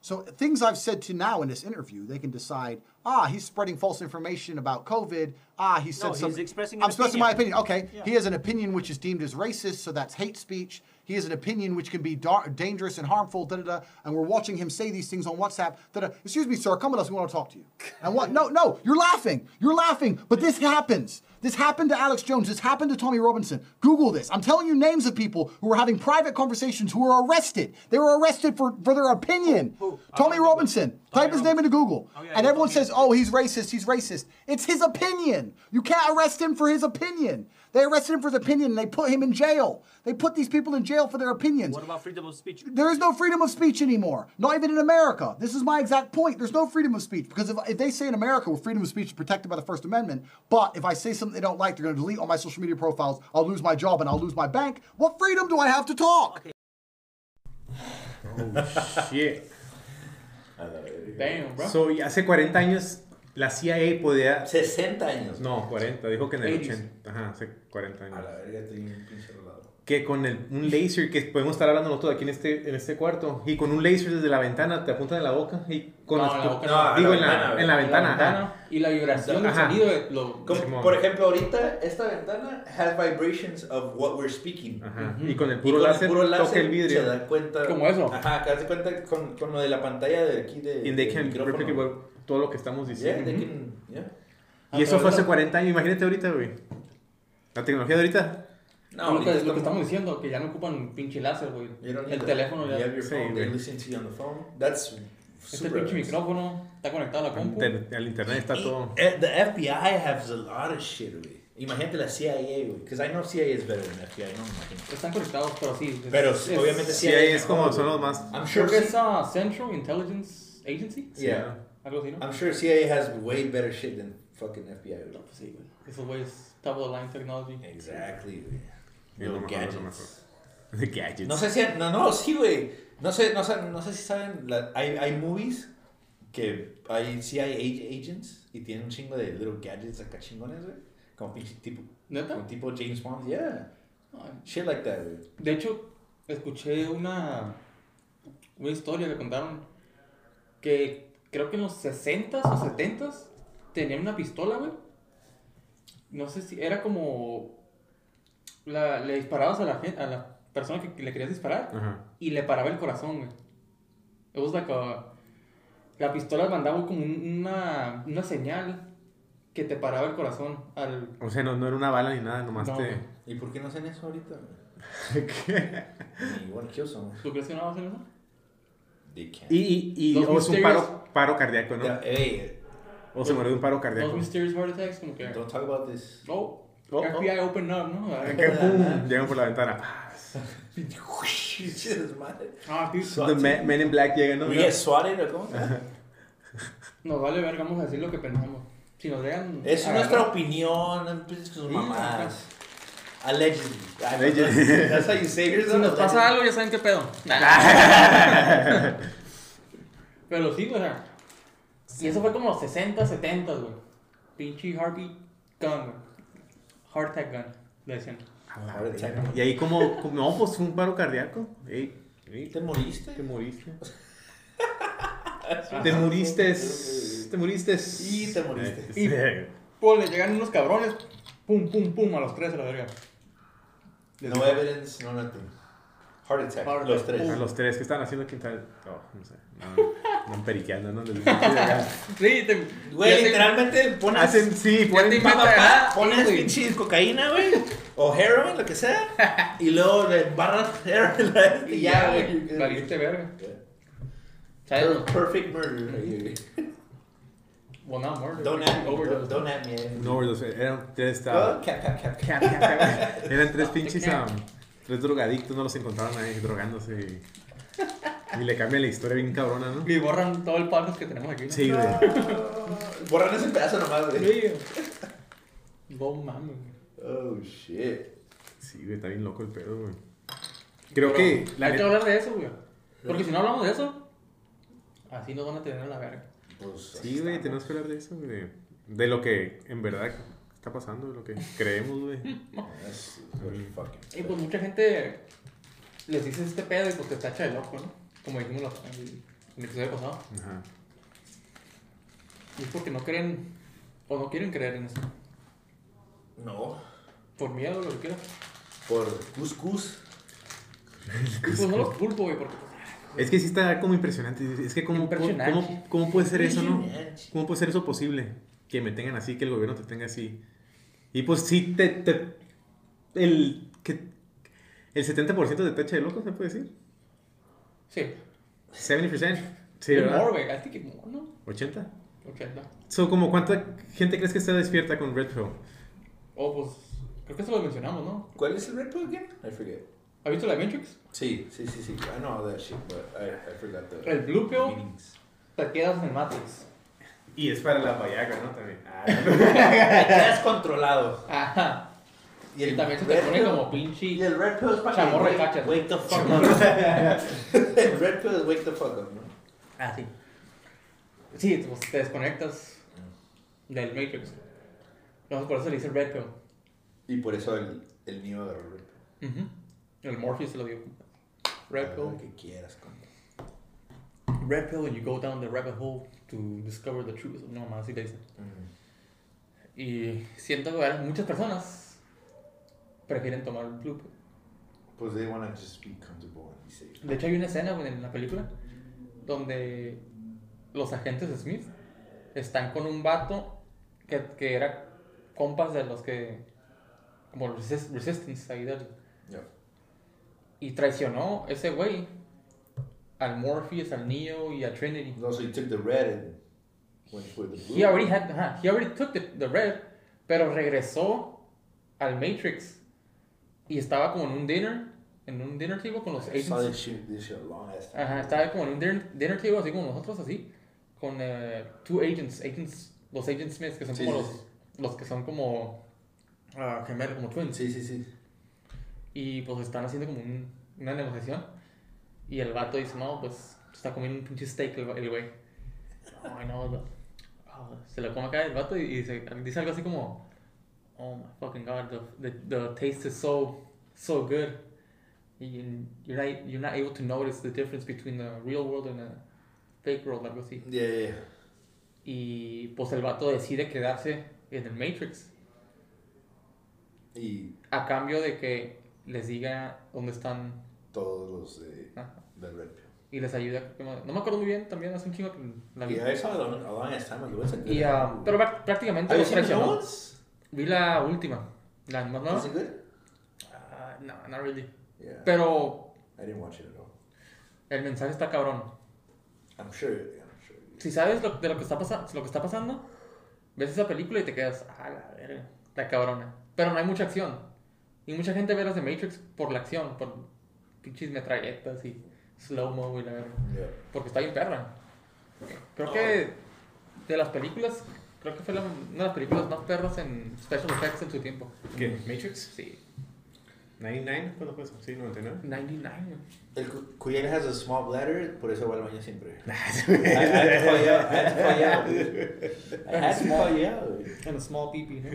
[SPEAKER 6] So things I've said to now in this interview, they can decide. Ah, he's spreading false information about COVID. Ah, he said
[SPEAKER 7] No, he's
[SPEAKER 6] something.
[SPEAKER 7] expressing an
[SPEAKER 6] I'm expressing my opinion. Okay,
[SPEAKER 7] Yeah.
[SPEAKER 6] he has an opinion which is deemed as racist, so that's hate speech. He has an opinion which can be dar- dangerous and harmful. Da da da. And we're watching him say these things on WhatsApp. Da da. Excuse me, sir. Come with us. We want to talk to you. And what? No, no. You're laughing. You're laughing. But this happens. This happened to Alex Jones. This happened to Tommy Robinson. Google this. I'm telling you names of people who were having private conversations who were arrested. They were arrested for, for their opinion.
[SPEAKER 7] Who? Who? I
[SPEAKER 6] Tommy
[SPEAKER 7] remember.
[SPEAKER 6] Robinson. Type his name into Google.
[SPEAKER 7] Oh, yeah,
[SPEAKER 6] and
[SPEAKER 7] yeah,
[SPEAKER 6] everyone
[SPEAKER 7] okay.
[SPEAKER 6] says, oh, he's racist, he's racist. It's his opinion. You can't arrest him for his opinion. They arrested him for his opinion and they put him in jail. They put these people in jail for their opinions.
[SPEAKER 7] What about freedom of speech?
[SPEAKER 6] There is no freedom of speech anymore. Not even in America. This is my exact point. There's no freedom of speech because if, if they say in America, well, freedom of speech is protected by the First Amendment, but if I say something they don't like, they're going to delete all my social media profiles. I'll lose my job and I'll lose my bank. What freedom do I have to talk?
[SPEAKER 2] Shit.
[SPEAKER 3] damn, bro.
[SPEAKER 2] So, y hace 40 años la CIA podía.
[SPEAKER 1] 60 años.
[SPEAKER 2] No, 40, dijo que en el
[SPEAKER 3] 80s.
[SPEAKER 2] 80. Ajá, hace 40 años.
[SPEAKER 1] A la verga, estoy un pinche rolado.
[SPEAKER 2] que con el- un laser que podemos estar hablando nosotros aquí en este, en este cuarto y con un laser desde la ventana te apuntan en la boca y con
[SPEAKER 3] No,
[SPEAKER 2] las-
[SPEAKER 3] en la boca
[SPEAKER 1] no.
[SPEAKER 2] digo
[SPEAKER 1] No,
[SPEAKER 2] en la,
[SPEAKER 1] en la
[SPEAKER 2] en la ventana,
[SPEAKER 3] La
[SPEAKER 2] ajá.
[SPEAKER 3] ventana y la vibración del
[SPEAKER 2] Ajá.
[SPEAKER 3] sonido de lo,
[SPEAKER 1] Como,
[SPEAKER 2] Simón.
[SPEAKER 1] por ejemplo, ahorita esta ventana has vibrations of what we're speaking.
[SPEAKER 2] Ajá. y con el
[SPEAKER 1] Y
[SPEAKER 2] puro,
[SPEAKER 1] con
[SPEAKER 2] láser,
[SPEAKER 1] el puro láser
[SPEAKER 2] toca el vidrio
[SPEAKER 1] se da cuenta.
[SPEAKER 3] Como eso.
[SPEAKER 1] Ajá, que hace cuenta con, con lo de la pantalla de aquí de.
[SPEAKER 2] y they
[SPEAKER 1] del
[SPEAKER 2] can
[SPEAKER 1] micrófono.
[SPEAKER 2] replicate what- todo lo que estamos
[SPEAKER 1] Yeah,
[SPEAKER 2] diciendo
[SPEAKER 1] they
[SPEAKER 2] Ujú.
[SPEAKER 1] can. Yeah.
[SPEAKER 2] y eso fue hace
[SPEAKER 3] Ajá.
[SPEAKER 2] 40 años imagínate ahorita güey la tecnología de ahorita
[SPEAKER 1] No,
[SPEAKER 3] lo, que,
[SPEAKER 1] ahorita
[SPEAKER 3] lo que
[SPEAKER 1] estamos-
[SPEAKER 3] estamos diciendo, que ya no ocupan un pinche láser, güey.
[SPEAKER 1] You don't need
[SPEAKER 3] El
[SPEAKER 1] that.
[SPEAKER 3] teléfono
[SPEAKER 1] You
[SPEAKER 3] ya.
[SPEAKER 1] have your
[SPEAKER 2] Sí,
[SPEAKER 1] phone. They're
[SPEAKER 2] güey.
[SPEAKER 1] listening to you on the phone. That's
[SPEAKER 3] Este
[SPEAKER 1] super.
[SPEAKER 3] pinche micrófono está conectado a la compu.
[SPEAKER 2] Inter- el internet está todo
[SPEAKER 1] Eh, The FBI has a lot of shit, güey. Imagínate la CIA, güey. Because I know CIA is better than FBI, no me imagino.
[SPEAKER 3] Están conectados, pero sí. es-
[SPEAKER 1] Pero
[SPEAKER 3] es-
[SPEAKER 1] obviamente
[SPEAKER 2] sí
[SPEAKER 1] CIA
[SPEAKER 2] ahí es como son los más
[SPEAKER 1] I'm sure.
[SPEAKER 3] Creo que
[SPEAKER 1] C-
[SPEAKER 3] es ah, Central Intelligence Agency.
[SPEAKER 1] Yeah. Ah.
[SPEAKER 3] Algo así, ¿no?
[SPEAKER 1] I'm sure CIA has way better shit than fucking FBI. güey.
[SPEAKER 3] No, pues sí, güey. Esos güeyes, top of the line technology.
[SPEAKER 1] Exactly, güey.
[SPEAKER 2] Sí, lo
[SPEAKER 1] Little
[SPEAKER 2] mejor, lo
[SPEAKER 1] gadgets.
[SPEAKER 2] de gadgets
[SPEAKER 1] No sé si. No, no, sí, güey. No sé, no, sé, no sé si saben. la- hay, hay movies que hay CIA agents y tienen un chingo de little gadgets acá chingones, güey. Como pinche tipo. Como
[SPEAKER 3] ¿Neta?
[SPEAKER 1] tipo James Bond. Yeah.
[SPEAKER 3] No,
[SPEAKER 1] Shit like that, güey.
[SPEAKER 3] De hecho, escuché una, una historia que contaron que creo que en los 60s o 70s tenían una pistola, güey. No sé si era como. La, le disparabas a la, gente, a la persona que, que le querías disparar
[SPEAKER 2] Ajá.
[SPEAKER 3] y le paraba el corazón, güey. It was like a- La pistola mandaba como un- una, una señal que te paraba el corazón al.
[SPEAKER 2] o sea no, no era una bala ni nada nomás
[SPEAKER 3] No,
[SPEAKER 2] te
[SPEAKER 3] güey.
[SPEAKER 1] ¿Y por qué no hacen eso ahorita, güey?
[SPEAKER 2] ¿Qué?
[SPEAKER 1] Ni One Kill Someone.
[SPEAKER 3] ¿Tú crees que no va a hacer eso?
[SPEAKER 1] They can't.
[SPEAKER 2] y, y, y-
[SPEAKER 3] Los
[SPEAKER 2] o es un
[SPEAKER 3] misterios-
[SPEAKER 2] paro, paro cardíaco ¿no?
[SPEAKER 1] Yeah, hey,
[SPEAKER 2] o se muere de un paro
[SPEAKER 3] Those
[SPEAKER 2] cardíaco
[SPEAKER 3] mysterious heart attacks, como que.
[SPEAKER 1] don't talk about this.
[SPEAKER 3] Oh,
[SPEAKER 2] Oh,
[SPEAKER 3] FBI open up, ¿no?
[SPEAKER 2] En que pum, llegan por la ventana.
[SPEAKER 1] Jesus, madre.
[SPEAKER 3] Ah, sí.
[SPEAKER 2] The men, Men in Black llegan, ¿no?
[SPEAKER 1] We get swatted, ¿o cómo?
[SPEAKER 3] Nos vale ver, vamos a decir lo que pensamos. Si nos dejan.
[SPEAKER 1] Es
[SPEAKER 3] agarrar-
[SPEAKER 1] nuestra opinión, no empieces con sus mamás. Allegedly. I don't know.
[SPEAKER 2] Allegedly.
[SPEAKER 1] That's how you save
[SPEAKER 3] Si nos
[SPEAKER 1] yourself.
[SPEAKER 3] pasa algo, ya saben qué pedo. Pero sí, güey. o sea, Y eso fue como los 60, 70, güey. Pinche Harvey Gun, güey. Heart attack gun, le decían.
[SPEAKER 2] Y ahí como, como- no, pues un paro cardíaco. Ey, ey,
[SPEAKER 1] ¿Te moriste?
[SPEAKER 2] te moriste. Te moriste. Te moriste.
[SPEAKER 1] Y te moriste.
[SPEAKER 2] Sí.
[SPEAKER 3] Pues le llegan unos cabrones, pum, pum, pum, a los tres a la verga.
[SPEAKER 1] No evidence, no nothing. Heart attack.
[SPEAKER 3] Heart
[SPEAKER 1] los
[SPEAKER 3] attack.
[SPEAKER 1] tres.
[SPEAKER 2] A los tres que están haciendo quintal. No, no sé. No, no periqueando, ¿no? Les hacen,
[SPEAKER 3] Sí, te. ya
[SPEAKER 1] Güey,
[SPEAKER 3] te-
[SPEAKER 1] literalmente pones.
[SPEAKER 2] sí,
[SPEAKER 3] Ya te
[SPEAKER 2] ponen
[SPEAKER 3] inventan.
[SPEAKER 1] papá,
[SPEAKER 3] ah,
[SPEAKER 1] pones
[SPEAKER 3] güey.
[SPEAKER 1] pinche cocaína, güey. O heroin, lo que sea. y luego le barras heroin. este la-
[SPEAKER 3] Y ya, güey. Valiste verga. ¿Sabes?
[SPEAKER 1] Per- Perfect murder.
[SPEAKER 3] Well, not murder.
[SPEAKER 1] Don't at
[SPEAKER 3] have
[SPEAKER 1] me. Don't,
[SPEAKER 3] overdose.
[SPEAKER 1] don't at me. eh.
[SPEAKER 2] No, los- eran tres.
[SPEAKER 1] Well,
[SPEAKER 2] ah,
[SPEAKER 1] cap, cap, cap, cap.
[SPEAKER 2] Eran tres pinches. ah, tres drogadictos, no los encontraron ahí drogándose. y- Y le cambian la historia bien cabrona, ¿no?
[SPEAKER 3] Y borran todo el podcast que tenemos aquí. ¿no?
[SPEAKER 2] Sí, güey.
[SPEAKER 1] Borran ese pedazo nomás, güey.
[SPEAKER 3] No mames, güey.
[SPEAKER 1] Oh, shit.
[SPEAKER 2] Sí, güey, está bien loco el pedo, güey. Creo
[SPEAKER 3] Pero
[SPEAKER 2] que la
[SPEAKER 3] hay que
[SPEAKER 2] neta-
[SPEAKER 3] hablar de eso, güey. Porque si no hablamos de eso, así nos van a tener a la verga.
[SPEAKER 1] Pues,
[SPEAKER 2] Sí, güey, tenemos que hablar de eso, güey. De lo que en verdad está pasando, de lo que creemos, güey.
[SPEAKER 1] that's very fucking
[SPEAKER 3] Y pues mucha gente les dice este pedo y pues te tacha de loco, ¿no? Como dijimos la- en el- en el episodio pasado.
[SPEAKER 2] Ajá.
[SPEAKER 3] Y es porque no creen o no quieren creer en eso.
[SPEAKER 1] No.
[SPEAKER 3] Por miedo, lo que quieras.
[SPEAKER 1] Por couscous.
[SPEAKER 3] Y pues no los culpo, güey, porque pues,
[SPEAKER 2] Es que sí está como impresionante. Es que cómo,
[SPEAKER 3] Impresionante.
[SPEAKER 2] cómo, cómo puede ser eso, ¿no?
[SPEAKER 1] Impresionante.
[SPEAKER 2] ¿Cómo puede ser eso posible? Que me tengan así, que el gobierno te tenga así. Y pues sí, te, te- el, que, el 70% de tacha de loco, ¿se puede decir?
[SPEAKER 3] sí.
[SPEAKER 2] 70%. Sí,
[SPEAKER 3] It's
[SPEAKER 2] ¿verdad?
[SPEAKER 3] more, güey. I think it's more, ¿no?
[SPEAKER 2] 80.
[SPEAKER 3] 80.
[SPEAKER 2] So, como ¿Cuánta gente crees que está despierta con Red Pill?
[SPEAKER 3] Oh, pues creo que eso lo mencionamos, ¿no?
[SPEAKER 1] ¿Cuál es el Red Bull again? I forget.
[SPEAKER 3] ¿Has visto la Matrix?
[SPEAKER 1] Sí, sí, sí, sí. I know all that shit, but I, I forgot the
[SPEAKER 3] El blue pill.
[SPEAKER 1] meanings.
[SPEAKER 3] Te quedas en Matrix.
[SPEAKER 2] Y es para la payaca, ¿no? También. Ah,
[SPEAKER 1] Te quedas controlado.
[SPEAKER 3] Ajá. Y, también se te
[SPEAKER 1] red
[SPEAKER 3] pone
[SPEAKER 1] pill-
[SPEAKER 3] como pinche.
[SPEAKER 1] Y el red pill es para
[SPEAKER 3] Chamorro
[SPEAKER 1] que
[SPEAKER 3] y
[SPEAKER 1] wake,
[SPEAKER 3] cachas.
[SPEAKER 1] wake the fuck up. el red pill es wake the fuck up, ¿no?
[SPEAKER 3] Ah, sí. Sí, pues te desconectas del Matrix. No, por eso le dice Red Pill.
[SPEAKER 1] Y por eso el, el niño de red pill.
[SPEAKER 3] El Morpheus se lo dio. Red
[SPEAKER 1] Haz Lo
[SPEAKER 3] Pill.
[SPEAKER 1] que quieras, compa.
[SPEAKER 3] Red Pill and you go down the rabbit hole to discover the truth. No, más así te dice.
[SPEAKER 1] Mm.
[SPEAKER 3] Y siento que ahora muchas personas prefieren tomar el Blue Pill.
[SPEAKER 1] Pues they wanna just be comfortable and be safe.
[SPEAKER 3] De hecho, hay una escena güey, en la película donde los agentes de Smith están con un vato que, que era compas de los que. como resist- Resistance ahí del-
[SPEAKER 1] Yeah.
[SPEAKER 3] Y traicionó ese güey al Morpheus, al Neo y a Trinity.
[SPEAKER 1] And also, you took the red and went for the blue.
[SPEAKER 3] He already had, ajá, he already took the, the red, pero regresó al Matrix y estaba como en un dinner, en un dinner table con los
[SPEAKER 1] I saw
[SPEAKER 3] agents
[SPEAKER 1] this shit, this shit a long ass time.
[SPEAKER 3] Ajá, estaba como en un dinner, dinner table, así como nosotros, así, con eh, two agents, agents, los agents Smith, que son
[SPEAKER 1] Sí,
[SPEAKER 3] como
[SPEAKER 1] sí,
[SPEAKER 3] los, los que son como ah, gemelos, como twins.
[SPEAKER 1] Sí, sí, sí.
[SPEAKER 3] Y pues están haciendo como un- una negociación. Y el vato dice, no, pues está comiendo un pinche steak el, el güey. Ay, no, no. Ah, se lo come acá el vato y dice, dice algo así como, oh my fucking god, the, the, the taste is so, so good. You, you're, not, you're not able to notice the difference between the real world and the fake world, algo así.
[SPEAKER 1] Yeah, yeah, yeah.
[SPEAKER 3] Y pues el vato decide quedarse en el Matrix
[SPEAKER 1] Y
[SPEAKER 3] a cambio de que les diga dónde están.
[SPEAKER 1] todos los de,
[SPEAKER 3] Ajá.
[SPEAKER 1] del red pill.
[SPEAKER 3] y les ayuda. como- No me acuerdo muy bien, también hace un chingo que la vi.
[SPEAKER 1] Yeah, I saw it on, a long ass time ago. It's a good
[SPEAKER 3] Y, ah, pero pra- prácticamente
[SPEAKER 1] Have you
[SPEAKER 3] los
[SPEAKER 1] seen the new
[SPEAKER 3] traicionó.
[SPEAKER 1] ones?
[SPEAKER 3] Vi la última, la más nueva.
[SPEAKER 1] Is it good?
[SPEAKER 3] Ah, no, no really.
[SPEAKER 1] Yeah.
[SPEAKER 3] Pero
[SPEAKER 1] I didn't watch it at all.
[SPEAKER 3] el mensaje está cabrón.
[SPEAKER 1] I'm sure. I'm sure.
[SPEAKER 3] Si sabes lo, de lo que, está pasa- lo que está pasando, ves esa película y te quedas, ah, la verga, la cabrona. Pero no hay mucha acción. Y mucha gente ve las de Matrix por la acción, por pinches metralletas y slow-mo y la verga.
[SPEAKER 1] Yeah.
[SPEAKER 3] Porque está bien perra. Creo que de las películas, creo que fue la- una de las películas más perras en special effects en su tiempo.
[SPEAKER 2] ¿Qué? ¿Matrix?
[SPEAKER 3] Sí.
[SPEAKER 2] ¿99? ¿Cuándo fue eso? Sí, 99.
[SPEAKER 3] 99.
[SPEAKER 1] El cu- Cuyen has a small bladder, por eso va al baño siempre. I
[SPEAKER 2] Nah,
[SPEAKER 1] had to call you out. I had to call you out. güey. I had to call you out. güey.
[SPEAKER 3] And a small PP. ¿no?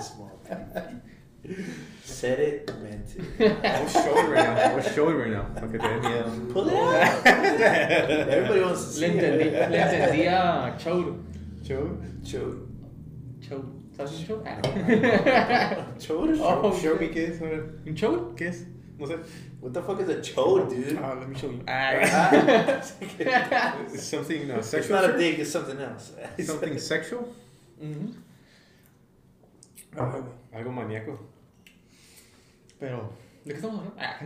[SPEAKER 1] Small- small people. Said it, meant it.
[SPEAKER 2] I'll Oh, show it right now. I'll show it right now. Para que te dé miedo.
[SPEAKER 1] Pull it out. Everybody wants to see
[SPEAKER 3] Le entendí,
[SPEAKER 1] it.
[SPEAKER 3] le entendí a Chow.
[SPEAKER 2] Show.
[SPEAKER 1] Chode.
[SPEAKER 3] Chow. ¿Sabes un Chow? Ah.
[SPEAKER 1] Chode?
[SPEAKER 3] Oh,
[SPEAKER 2] Show me
[SPEAKER 3] shit.
[SPEAKER 2] qué es. a ver.
[SPEAKER 3] ¿Un Chow?
[SPEAKER 2] ¿Qué es? No sé.
[SPEAKER 1] What the fuck is a chode, dude?
[SPEAKER 3] Ah, let me show you. Ah.
[SPEAKER 1] Ah.
[SPEAKER 2] It's something uh,
[SPEAKER 1] it's
[SPEAKER 2] sexual.
[SPEAKER 1] not a dick, it's something else.
[SPEAKER 2] Something sexual.
[SPEAKER 3] Ujú. Ah,
[SPEAKER 2] Algo maníaco.
[SPEAKER 3] Pero, ¿de qué estamos hablando? Ah.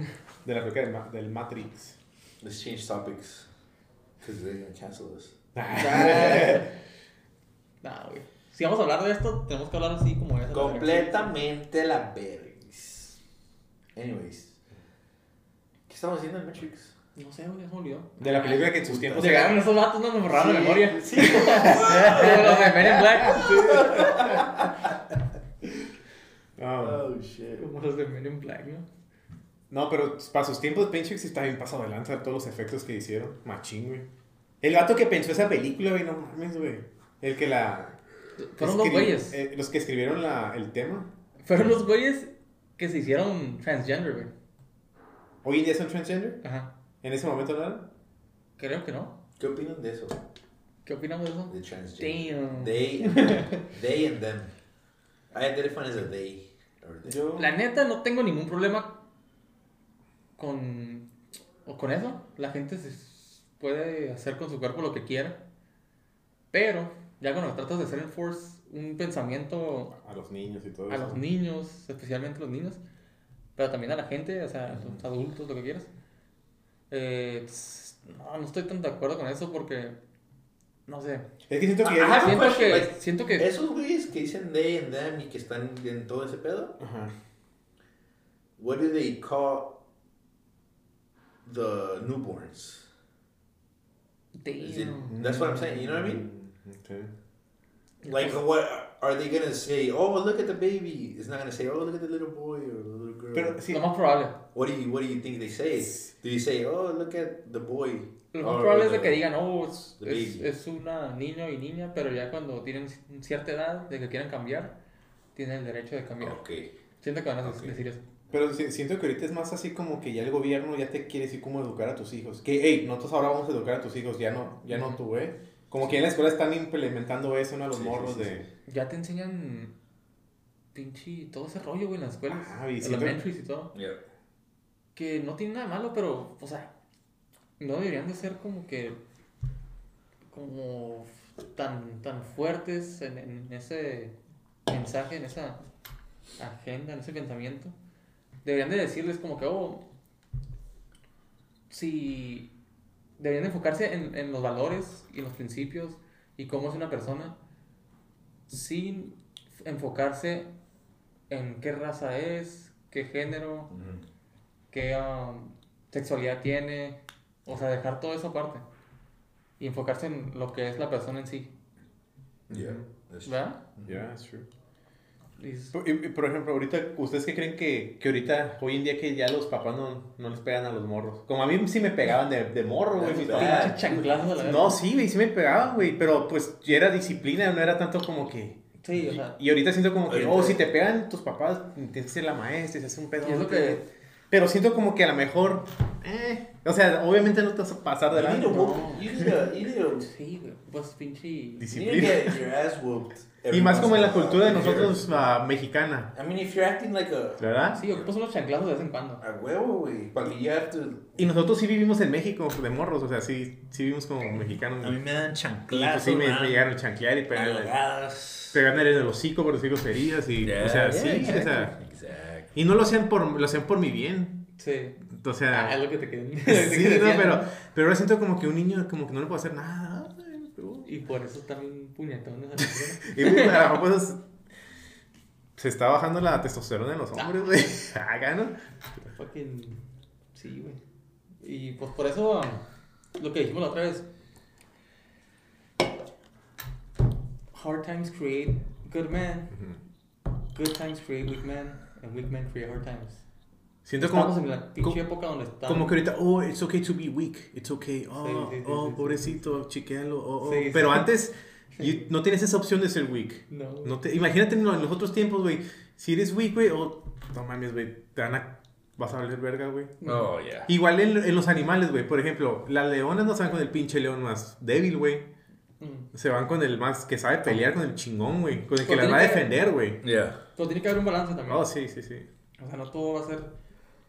[SPEAKER 2] De la película del, Ma- del Matrix.
[SPEAKER 1] Let's change topics. Because they're going to cancel us.
[SPEAKER 3] Ah. Nah, güey. Si vamos a hablar de esto, tenemos que hablar así como es.
[SPEAKER 1] Completamente la vergis. Anyways. ¿Qué estamos haciendo en Matrix?
[SPEAKER 3] No sé, güey, ya se me olvidó.
[SPEAKER 2] De la película que en sus tiempos era-
[SPEAKER 3] Llegaron esos vatos, no me borraron la
[SPEAKER 1] Sí,
[SPEAKER 3] memoria.
[SPEAKER 1] Sí.
[SPEAKER 3] Como los de Men in Black.
[SPEAKER 2] Ah,
[SPEAKER 1] oh, shit.
[SPEAKER 3] Como los de Men in Black, ¿no?
[SPEAKER 2] No, pero para sus tiempos, Pinchix está bien pasado de lanza todos los efectos que hicieron. Machín, güey. El gato que pensó esa película, güey, no mames, güey. El que la.
[SPEAKER 3] Fueron los
[SPEAKER 2] escri-
[SPEAKER 3] güeyes.
[SPEAKER 2] eh, los que escribieron la, el tema.
[SPEAKER 3] Fueron los güeyes que se hicieron transgender, güey.
[SPEAKER 2] Hoy en día son transgender.
[SPEAKER 3] Ajá.
[SPEAKER 2] En ese momento no eran.
[SPEAKER 3] Creo que no.
[SPEAKER 1] ¿Qué opinan de eso?
[SPEAKER 3] ¿Qué opinamos de eso?
[SPEAKER 1] De transgender.
[SPEAKER 3] Damn.
[SPEAKER 1] They, they and them. Ah, I identify as a they. Or they.
[SPEAKER 2] Yo.
[SPEAKER 3] La neta, no tengo ningún problema con, o con eso. La gente se s- puede hacer con su cuerpo lo que quiera. Pero ya cuando tratas de hacer enforce un pensamiento
[SPEAKER 2] A los niños y todo
[SPEAKER 3] a
[SPEAKER 2] eso.
[SPEAKER 3] los niños, especialmente los niños, pero también a la gente, o sea, a los adultos, lo que quieras. Eh, tss, no, no estoy tan de acuerdo con eso porque, no sé.
[SPEAKER 2] Es que siento que.
[SPEAKER 1] Ajá. I have a
[SPEAKER 3] Siento
[SPEAKER 1] question,
[SPEAKER 3] que,
[SPEAKER 1] like,
[SPEAKER 3] siento que
[SPEAKER 1] Esos güeyes que dicen they and them y que están en todo ese pedo,
[SPEAKER 2] Ajá.
[SPEAKER 1] what do they call the newborns? Is it,
[SPEAKER 3] Damn.
[SPEAKER 1] that's what I'm saying, you know what I mean?
[SPEAKER 2] Okay.
[SPEAKER 1] Like, what are they gonna say? Oh, look at the baby. It's not gonna say, oh, look at the little boy or the little girl.
[SPEAKER 2] Pero sí.
[SPEAKER 3] lo más probable.
[SPEAKER 1] what do you What do you think they say? Do you say, oh, look at the boy?
[SPEAKER 3] Lo más
[SPEAKER 2] Mm-hmm.
[SPEAKER 1] Or
[SPEAKER 3] probable es
[SPEAKER 1] the-
[SPEAKER 3] de que digan, oh, es,
[SPEAKER 1] the
[SPEAKER 3] es-
[SPEAKER 1] baby.
[SPEAKER 3] es una niño y niña, pero ya cuando tienen ci- cierta edad de que quieran cambiar, tienen el derecho de cambiar.
[SPEAKER 2] Oh,
[SPEAKER 1] Okay.
[SPEAKER 3] Siento que van a
[SPEAKER 1] Ok.
[SPEAKER 3] decir eso.
[SPEAKER 2] Pero si- siento que ahorita es más así como que ya el gobierno ya te quiere decir cómo educar a tus hijos. Que, hey, nosotros ahora vamos a educar a tus hijos, ya no, ya no tú, ¿eh? Como que en la escuela están implementando eso, ¿no? A los
[SPEAKER 1] Sí, sí,
[SPEAKER 2] morros
[SPEAKER 1] sí,
[SPEAKER 2] de...
[SPEAKER 3] Ya te enseñan pinche todo ese rollo, güey, en las escuelas.
[SPEAKER 2] Ah, y siento-
[SPEAKER 3] elementaries y todo.
[SPEAKER 1] Yeah.
[SPEAKER 3] Que no tiene nada de malo, pero, o sea, no deberían de ser como que. como. tan, tan fuertes en, en ese mensaje, en esa agenda, en ese pensamiento. Deberían de decirles como que, oh. si. deberían de enfocarse en, en los valores y en los principios y cómo es una persona sin enfocarse en qué raza es, qué género,
[SPEAKER 1] Mm-hmm.
[SPEAKER 3] qué um, sexualidad tiene, o sea, dejar todo eso aparte y enfocarse en lo que es la persona en sí,
[SPEAKER 1] Yeah. That's true.
[SPEAKER 3] ¿verdad?
[SPEAKER 2] Yeah, it's true.
[SPEAKER 3] Y es-
[SPEAKER 2] Por, y- y por ejemplo, ahorita, ¿ustedes qué creen que, que ahorita, hoy en día, que ya los papás no, no les pegan a los morros? Como a mí sí me pegaban de, de morro, güey. mis papás.
[SPEAKER 3] Pinche chanclazo de la verga.
[SPEAKER 2] No, sí, güey, sí me pegaban, güey. Pero pues ya era disciplina, no era tanto como que...
[SPEAKER 3] Sí, o sea,
[SPEAKER 2] Y ahorita siento como que,
[SPEAKER 1] Ahorita-
[SPEAKER 2] oh, si te pegan tus papás, tienes que ser la maestra, y se hace un pedo.
[SPEAKER 3] Y es lo que-
[SPEAKER 2] Pero siento como que a lo mejor, eh, o sea, obviamente no te vas a pasar de
[SPEAKER 1] You need
[SPEAKER 2] lanza.
[SPEAKER 1] a whoop. You need a. You need a.
[SPEAKER 3] sí, güey, pues pinche...
[SPEAKER 1] You need to
[SPEAKER 2] Disciplina.
[SPEAKER 1] get your ass whooped. every
[SPEAKER 2] Y más
[SPEAKER 1] once
[SPEAKER 2] como en
[SPEAKER 1] in
[SPEAKER 2] la
[SPEAKER 1] a while.
[SPEAKER 2] cultura de
[SPEAKER 1] If
[SPEAKER 2] nosotros ah, mexicana,
[SPEAKER 1] you're- I mean, if you're acting like a
[SPEAKER 2] ¿verdad?
[SPEAKER 3] Sí, ocupas unos chanclazos de vez en cuando.
[SPEAKER 1] a huevo, güey, porque you have to.
[SPEAKER 2] Y nosotros sí vivimos en México de morros, o sea, sí, sí vivimos como mexicanos.
[SPEAKER 8] A mí
[SPEAKER 2] güey.
[SPEAKER 8] me dan
[SPEAKER 2] Y pues
[SPEAKER 8] chanclas.
[SPEAKER 2] sí me, me llegaron a chanquear y pegarle,
[SPEAKER 1] Nalgadas.
[SPEAKER 2] pegarle en el hocico por decir groserías y, o sea, sí, o sea,
[SPEAKER 8] Exacto.
[SPEAKER 2] y no lo hacían por, lo hacían por mi bien,
[SPEAKER 3] Sí.
[SPEAKER 2] o sea.
[SPEAKER 3] Ah, es lo que te quedé.
[SPEAKER 2] Sí, no, pero, pero ahora siento como que un niño como que no le puede hacer nada. ay, pero-
[SPEAKER 3] Y por eso también puñetones a la verga.
[SPEAKER 2] Y pues, a lo mejor, pues, se está bajando la testosterona en los
[SPEAKER 3] Ah.
[SPEAKER 2] hombres, güey. Acá, ¿no?
[SPEAKER 3] Fucking... Sí, güey. Y pues por eso, um, lo que dijimos la otra vez. Hard times create good men. Good times create weak men. and weak men create hard times.
[SPEAKER 2] Siento
[SPEAKER 3] Estamos
[SPEAKER 2] como,
[SPEAKER 3] en la pinche época donde estamos.
[SPEAKER 2] como que ahorita, oh, it's okay to be weak, it's okay, oh,
[SPEAKER 3] Sí, sí, sí,
[SPEAKER 2] oh,
[SPEAKER 3] sí, sí.
[SPEAKER 2] pobrecito, chiquéalo, oh, oh.
[SPEAKER 3] Sí, sí.
[SPEAKER 2] Pero antes, you- no tienes esa opción de ser weak.
[SPEAKER 3] No.
[SPEAKER 2] No te, imagínate en los otros tiempos, güey, si eres weak, güey, oh, no mames, güey, te van a, vas a valer verga, güey.
[SPEAKER 1] Oh, yeah.
[SPEAKER 2] Igual en, en los animales, güey, por ejemplo, las leonas no se van con el pinche león más débil, güey.
[SPEAKER 3] Mm.
[SPEAKER 2] Se van con el más que sabe pelear, con el chingón, güey. Con el que
[SPEAKER 3] Pues
[SPEAKER 2] las va a
[SPEAKER 3] tiene que-
[SPEAKER 2] defender, güey.
[SPEAKER 1] Yeah.
[SPEAKER 3] Pero tiene que haber un balance también.
[SPEAKER 2] Oh, sí, sí, sí.
[SPEAKER 3] O sea, no todo va a ser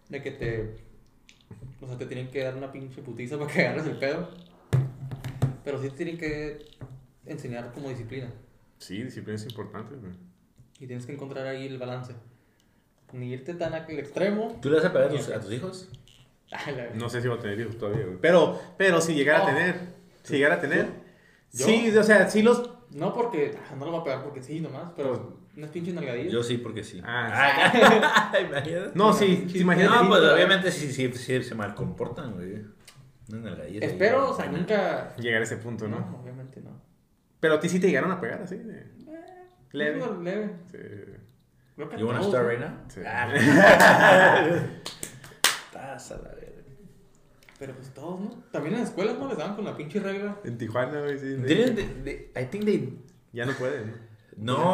[SPEAKER 3] de que te. O sea, te tienen que dar una pinche putiza para que ganes el pedo. Pero sí te tienen que enseñar como disciplina.
[SPEAKER 2] Sí, disciplina es importante, güey.
[SPEAKER 3] Y tienes que encontrar ahí el balance. Ni irte tan al extremo.
[SPEAKER 1] ¿Tú le vas a pagar a tus, a tus hijos?
[SPEAKER 3] a la-
[SPEAKER 2] No sé si va a tener hijos todavía, güey. Pero, pero si llegara
[SPEAKER 3] Oh.
[SPEAKER 2] a tener, si llegara a tener.
[SPEAKER 3] ¿Yo?
[SPEAKER 2] Sí, o sea, sí los.
[SPEAKER 3] No porque. ah, No lo va a pegar porque sí, nomás. Pero unas pinches nalgadillas.
[SPEAKER 1] Yo sí, porque sí.
[SPEAKER 2] Ah,
[SPEAKER 1] Imagínate.
[SPEAKER 2] No, sí, sí, imagínate.
[SPEAKER 1] No, pues obviamente sí, sí, sí se mal comportan, güey. Una nalgadilla.
[SPEAKER 3] Espero, o sea, nunca.
[SPEAKER 2] Llegar a ese punto, ¿no?
[SPEAKER 3] No, obviamente no.
[SPEAKER 2] Pero a ti sí te llegaron a pegar, así. de- Leve.
[SPEAKER 3] No, leve.
[SPEAKER 2] Sí,
[SPEAKER 3] Creo que
[SPEAKER 1] You wanna
[SPEAKER 3] todos,
[SPEAKER 1] start
[SPEAKER 3] ¿no?
[SPEAKER 1] right now?
[SPEAKER 2] sí.
[SPEAKER 1] Estás a la verga.
[SPEAKER 3] Pero pues todos, ¿no? También en las escuelas no les daban con la pinche regla.
[SPEAKER 2] En Tijuana, güey, sí.
[SPEAKER 1] Didn't they, they- I think they
[SPEAKER 2] Ya no pueden. ¿no?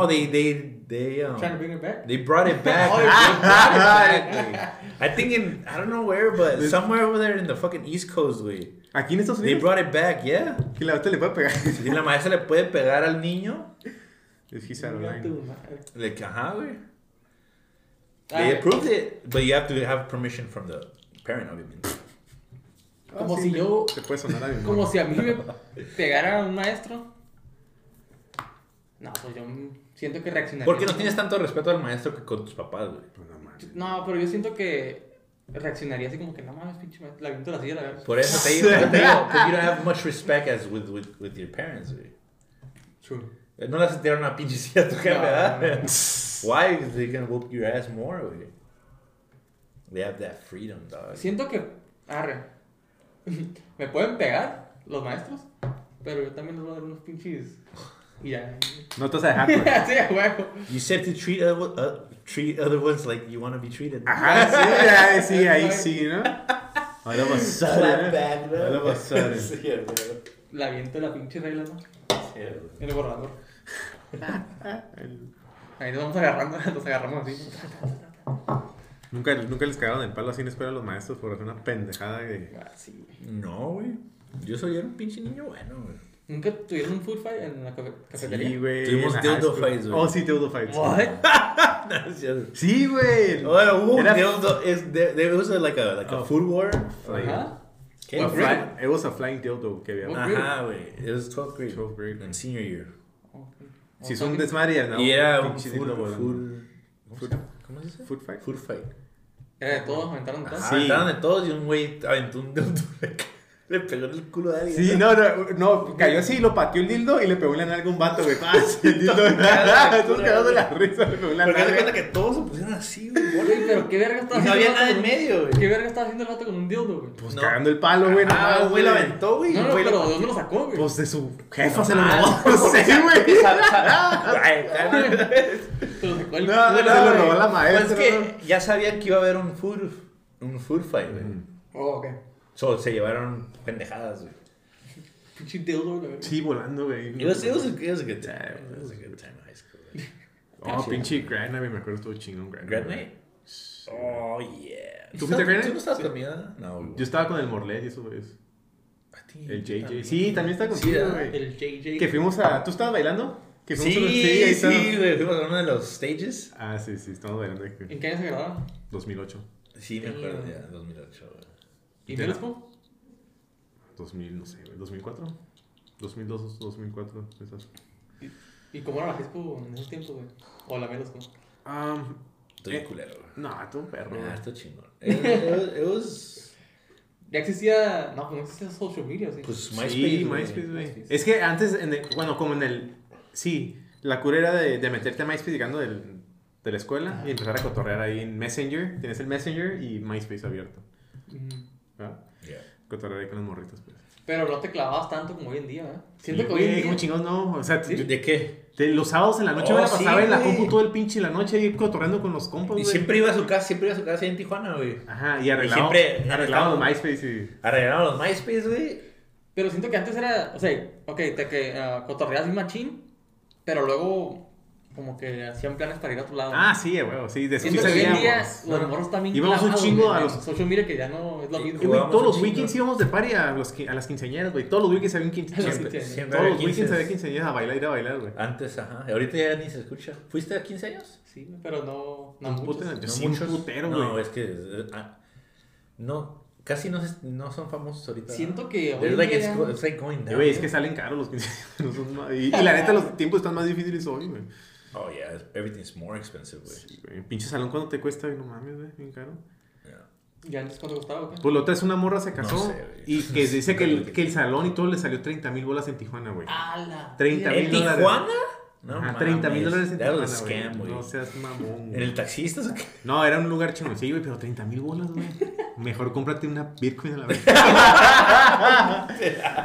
[SPEAKER 1] No, they they they um,
[SPEAKER 3] Trying to bring it back.
[SPEAKER 1] they brought it back.
[SPEAKER 3] Oh, they brought
[SPEAKER 1] Exactly. I think in I don't know where, but somewhere over there in the fucking East Coast, güey.
[SPEAKER 2] Aquí en Estados
[SPEAKER 1] They
[SPEAKER 2] Unidos.
[SPEAKER 1] brought it back, yeah.
[SPEAKER 2] Que la otra le puede pegar.
[SPEAKER 1] Si la maestra le puede pegar al niño,
[SPEAKER 2] Es que
[SPEAKER 3] Mira tu
[SPEAKER 2] online.
[SPEAKER 3] madre.
[SPEAKER 1] like, ajá, güey. They
[SPEAKER 3] Ah,
[SPEAKER 1] approved it, but you have to have permission from the parent, obviamente.
[SPEAKER 3] Como
[SPEAKER 2] Ah,
[SPEAKER 3] si
[SPEAKER 2] sí,
[SPEAKER 3] yo-
[SPEAKER 2] Te puede sonar a mi
[SPEAKER 3] Como
[SPEAKER 2] mamá.
[SPEAKER 3] si a mí me pegara un maestro. No, pues yo siento que reaccionaría.
[SPEAKER 1] Porque no tienes tanto respeto al maestro que con tus papás, güey.
[SPEAKER 2] Pues no mames.
[SPEAKER 3] No, pero yo siento que reaccionaría así como que no mames, pinche maestro. La viento la silla, la verdad.
[SPEAKER 1] Por eso te digo, te digo, que you don't have much respect as with, with, with your parents, güey.
[SPEAKER 3] True.
[SPEAKER 1] No le sentaron una pinche silla a tu jefe,
[SPEAKER 3] No,
[SPEAKER 1] ¿verdad?
[SPEAKER 3] no, no.
[SPEAKER 1] Why? Because they're gonna whoop your ass more, güey. They have that freedom, dog.
[SPEAKER 3] Siento que. Arre. me pueden pegar los maestros, pero yo también les voy a dar unos pinches. Y ya.
[SPEAKER 2] No te vas a dejar, pues. güey.
[SPEAKER 3] Así a huevo.
[SPEAKER 1] You said to treat other, uh, treat other ones like you want to be treated.
[SPEAKER 3] Ah,
[SPEAKER 2] Ajá, sí, ahí sí, ahí sí, ¿no? All of a
[SPEAKER 1] Slap
[SPEAKER 2] sudden.
[SPEAKER 1] back, bro.
[SPEAKER 2] All of a sudden.
[SPEAKER 1] Sí, bro.
[SPEAKER 3] La viento la pinche regla, ¿no?
[SPEAKER 1] Sí, bro.
[SPEAKER 3] En el borrador. Ahí nos vamos agarrando, nos agarramos así.
[SPEAKER 2] Nunca, nunca les cagaron el palo así en espera a los maestros por hacer una pendejada de...
[SPEAKER 3] Ah, sí, güey.
[SPEAKER 1] No, güey. Yo soy era un pinche niño bueno, güey.
[SPEAKER 3] ¿Nunca tuvieron un food fight en la cafe- cafetería?
[SPEAKER 2] Sí, güey.
[SPEAKER 1] Tuvimos
[SPEAKER 2] en la
[SPEAKER 1] dildo
[SPEAKER 2] high school.
[SPEAKER 1] fights, güey.
[SPEAKER 2] Oh, sí, dildo fights.
[SPEAKER 1] Gracias.
[SPEAKER 2] Sí, güey.
[SPEAKER 1] Bueno, hubo
[SPEAKER 2] Era-
[SPEAKER 1] un dildo. es- There there was a, like a, like
[SPEAKER 2] Oh.
[SPEAKER 1] a food war. Like,
[SPEAKER 3] Ajá.
[SPEAKER 1] ¿Qué?
[SPEAKER 2] A
[SPEAKER 3] What,
[SPEAKER 2] fly-
[SPEAKER 3] really?
[SPEAKER 2] It was a flying dildo que había.
[SPEAKER 3] What?
[SPEAKER 1] Ajá, güey. It was 12th grade.
[SPEAKER 2] 12th grade.
[SPEAKER 1] En senior year.
[SPEAKER 2] Si son desmadres, ¿no?
[SPEAKER 1] y era un
[SPEAKER 2] Pinche
[SPEAKER 1] food,
[SPEAKER 2] dildo volando.
[SPEAKER 1] food,
[SPEAKER 2] Food-
[SPEAKER 1] ¿Cómo se dice?
[SPEAKER 2] Food fight.
[SPEAKER 1] Food fight.
[SPEAKER 3] Era de todos, aventaron todos.
[SPEAKER 1] Ajá,
[SPEAKER 2] Sí.
[SPEAKER 1] estaban de todos y un güey aventó un dildo. Le pegó en el culo a alguien.
[SPEAKER 2] Sí, no, no, no, cayó así, lo pateó el dildo y le pegó en algún vato, güey. Ah, sí, el dildo. Todos cagados de la risa, le pegó en la
[SPEAKER 1] Porque haz de
[SPEAKER 2] nalga.
[SPEAKER 1] cuenta que todos se pusieron así, güey.
[SPEAKER 3] Güey, pero qué verga estaba
[SPEAKER 1] Y no
[SPEAKER 3] haciendo
[SPEAKER 1] había
[SPEAKER 3] el vato
[SPEAKER 1] nada en
[SPEAKER 3] con-
[SPEAKER 1] medio, güey.
[SPEAKER 3] ¿Qué verga estaba haciendo el vato con un dildo, güey?
[SPEAKER 2] Pues
[SPEAKER 1] No.
[SPEAKER 2] cagando el palo, güey. no
[SPEAKER 1] Ah,
[SPEAKER 2] mames,
[SPEAKER 1] güey, lo aventó, güey.
[SPEAKER 3] No, no,
[SPEAKER 1] Güey,
[SPEAKER 3] pero
[SPEAKER 1] lo-
[SPEAKER 3] ¿de dónde lo sacó, güey?
[SPEAKER 2] Pues de su jefa se lo
[SPEAKER 1] Ah,
[SPEAKER 2] robó. No sé, güey.
[SPEAKER 1] Sabe- sabe- Ay, calma.
[SPEAKER 3] Se lo sacó el
[SPEAKER 2] No,
[SPEAKER 3] culo,
[SPEAKER 2] no,
[SPEAKER 3] güey.
[SPEAKER 2] se lo robó la
[SPEAKER 1] Pues
[SPEAKER 2] maestra.
[SPEAKER 1] es que ya sabían que iba a haber un food, un food fight, güey.
[SPEAKER 3] Oh, ok.
[SPEAKER 1] So, se llevaron pendejadas, güey.
[SPEAKER 3] Pinche dildo, güey.
[SPEAKER 2] Sí, volando, güey.
[SPEAKER 1] It was, it was a, it was a good time. It was a good time in high school. güey.
[SPEAKER 2] Oh, pinche Granite, me acuerdo, estuvo chingón Granite.
[SPEAKER 1] Grad night? Oh, yeah.
[SPEAKER 2] ¿Tú fuiste a Grad
[SPEAKER 1] ¿Tú
[SPEAKER 2] Night?
[SPEAKER 1] no estabas conmigo? No, güey.
[SPEAKER 2] Yo estaba con el Morlet y eso, güey.
[SPEAKER 1] I think
[SPEAKER 2] El
[SPEAKER 1] yo
[SPEAKER 2] JJ. Sí, también estaba
[SPEAKER 1] Sí,
[SPEAKER 2] contigo,
[SPEAKER 1] ah,
[SPEAKER 2] güey.
[SPEAKER 3] El JJ.
[SPEAKER 2] Que fuimos a... ¿Tú estabas bailando? Que
[SPEAKER 1] Sí,
[SPEAKER 2] fuimos a-
[SPEAKER 1] sí,
[SPEAKER 2] estaba.
[SPEAKER 1] güey. Fuimos a uno de los stages.
[SPEAKER 2] Ah, sí, sí, estábamos bailando. güey.
[SPEAKER 1] Eh.
[SPEAKER 3] ¿En qué año se grabaron?
[SPEAKER 2] 2008.
[SPEAKER 1] Sí, me
[SPEAKER 3] Sí.
[SPEAKER 1] acuerdo, ya, 2008, güey.
[SPEAKER 3] ¿Y
[SPEAKER 2] Ya.
[SPEAKER 3] Velasco?
[SPEAKER 2] 2000, no sé, güey. 2004. 2002, 2004. esas.
[SPEAKER 3] ¿Y cómo era la E Fesco en esos tiempos, güey? O la Velasco.
[SPEAKER 2] Um,
[SPEAKER 1] Estoy
[SPEAKER 2] Eh,
[SPEAKER 1] culero, güey.
[SPEAKER 2] no, tú un perro.
[SPEAKER 1] Ah, esto chingón. It was- it was-
[SPEAKER 3] Ya existía. No, pues no existía social media, sí.
[SPEAKER 1] Pues
[SPEAKER 2] Sí,
[SPEAKER 1] MySpace. güey.
[SPEAKER 2] MySpace, güey.
[SPEAKER 3] MySpace.
[SPEAKER 2] Es que antes, en el- bueno, como en el. Sí, la cura era de, de meterte a MySpace llegando del- de la escuela y empezar a cotorrear ahí en Messenger. Tienes el Messenger y MySpace abierto.
[SPEAKER 3] Mm.
[SPEAKER 2] ¿verdad?
[SPEAKER 1] Yeah.
[SPEAKER 2] Cotorrear ahí con los morritos, pues.
[SPEAKER 3] Pero no te clavabas tanto como hoy en día, ¿eh? Siento
[SPEAKER 2] Sí,
[SPEAKER 3] que hoy
[SPEAKER 2] güey,
[SPEAKER 3] en día.
[SPEAKER 2] como chingados no. O sea, tú-
[SPEAKER 1] ¿De qué?
[SPEAKER 2] te- los sábados en la noche
[SPEAKER 1] Oh,
[SPEAKER 2] me la
[SPEAKER 1] sí,
[SPEAKER 2] pasaba en la
[SPEAKER 1] güey.
[SPEAKER 2] compu todo el pinche la noche ahí cotorreando con los compas,
[SPEAKER 1] Y
[SPEAKER 2] güey.
[SPEAKER 1] siempre iba a su casa, siempre iba a su casa ahí en Tijuana, güey.
[SPEAKER 2] Ajá, y arreglaba,
[SPEAKER 1] siempre-
[SPEAKER 2] arreglaba los MySpace y...
[SPEAKER 1] Arreglaron los MySpace, güey.
[SPEAKER 3] Pero siento que antes era, o sea, ok, te que ah, cotorreas bien machín, pero luego como que hacían planes para ir a otro lado.
[SPEAKER 2] Ah, sí, eh, huevo, sí, de eso sí
[SPEAKER 3] Siento que hoy en día
[SPEAKER 2] sabíamos.
[SPEAKER 3] los morros también
[SPEAKER 2] Íbamos un chingo a los...
[SPEAKER 3] Social media que ya no es lo
[SPEAKER 1] Y-
[SPEAKER 3] mismo.
[SPEAKER 2] Eh, güey,
[SPEAKER 1] Jugábamos
[SPEAKER 2] todos
[SPEAKER 1] un
[SPEAKER 2] los
[SPEAKER 1] chingo.
[SPEAKER 2] weekends íbamos de party a, los, qui- a las quinceañeras, güey. Todos los weekends había un quinceañero.
[SPEAKER 3] Siempre.
[SPEAKER 1] Siempre
[SPEAKER 2] Todos
[SPEAKER 1] había
[SPEAKER 2] los weekends
[SPEAKER 1] 15.
[SPEAKER 2] había quinceañeras a bailar, ir a bailar, güey.
[SPEAKER 1] Antes, ajá. Ahorita ya ni se escucha. ¿Fuiste a 15 años?
[SPEAKER 3] Sí, pero no, no
[SPEAKER 2] Un puto-
[SPEAKER 3] muchos.
[SPEAKER 2] yo sí, un putero, güey.
[SPEAKER 1] No, es que. eh, ah, no, casi no, se- no son famosos ahorita.
[SPEAKER 3] Siento que hoy
[SPEAKER 1] It's
[SPEAKER 3] en
[SPEAKER 1] like it's,
[SPEAKER 3] día-
[SPEAKER 1] go- it's like going down.
[SPEAKER 2] Eh, Güey, es que salen caros los quinceañeros. son más- Y, y la neta, los tiempos están más difíciles hoy, güey.
[SPEAKER 1] Oh, yeah, everything's more expensive, güey.
[SPEAKER 2] Sí, güey. Pinche salón, ¿cuánto te cuesta? güey? No mames, güey, bien caro.
[SPEAKER 1] Yeah.
[SPEAKER 3] ¿Ya antes cuánto costaba o qué?
[SPEAKER 2] Pues la otra es una morra se casó
[SPEAKER 1] No sé, güey.
[SPEAKER 2] y que dice que el, que el salón y todo le salió 30 mil bolas en Tijuana, güey.
[SPEAKER 3] ¡Ala!
[SPEAKER 2] 30
[SPEAKER 1] ¿En
[SPEAKER 2] mil dólares.
[SPEAKER 1] Tijuana? No,
[SPEAKER 2] Ajá,
[SPEAKER 1] mames.
[SPEAKER 2] 30 mil dólares en
[SPEAKER 1] That
[SPEAKER 2] Tijuana,
[SPEAKER 1] was a scam,
[SPEAKER 2] güey.
[SPEAKER 1] güey.
[SPEAKER 2] No seas mamón,
[SPEAKER 1] ¿En
[SPEAKER 2] güey.
[SPEAKER 1] el taxista? o qué?
[SPEAKER 2] No, era un lugar chingón, sí, güey, pero 30 mil bolas, güey. Mejor cómprate una Bitcoin a la vez.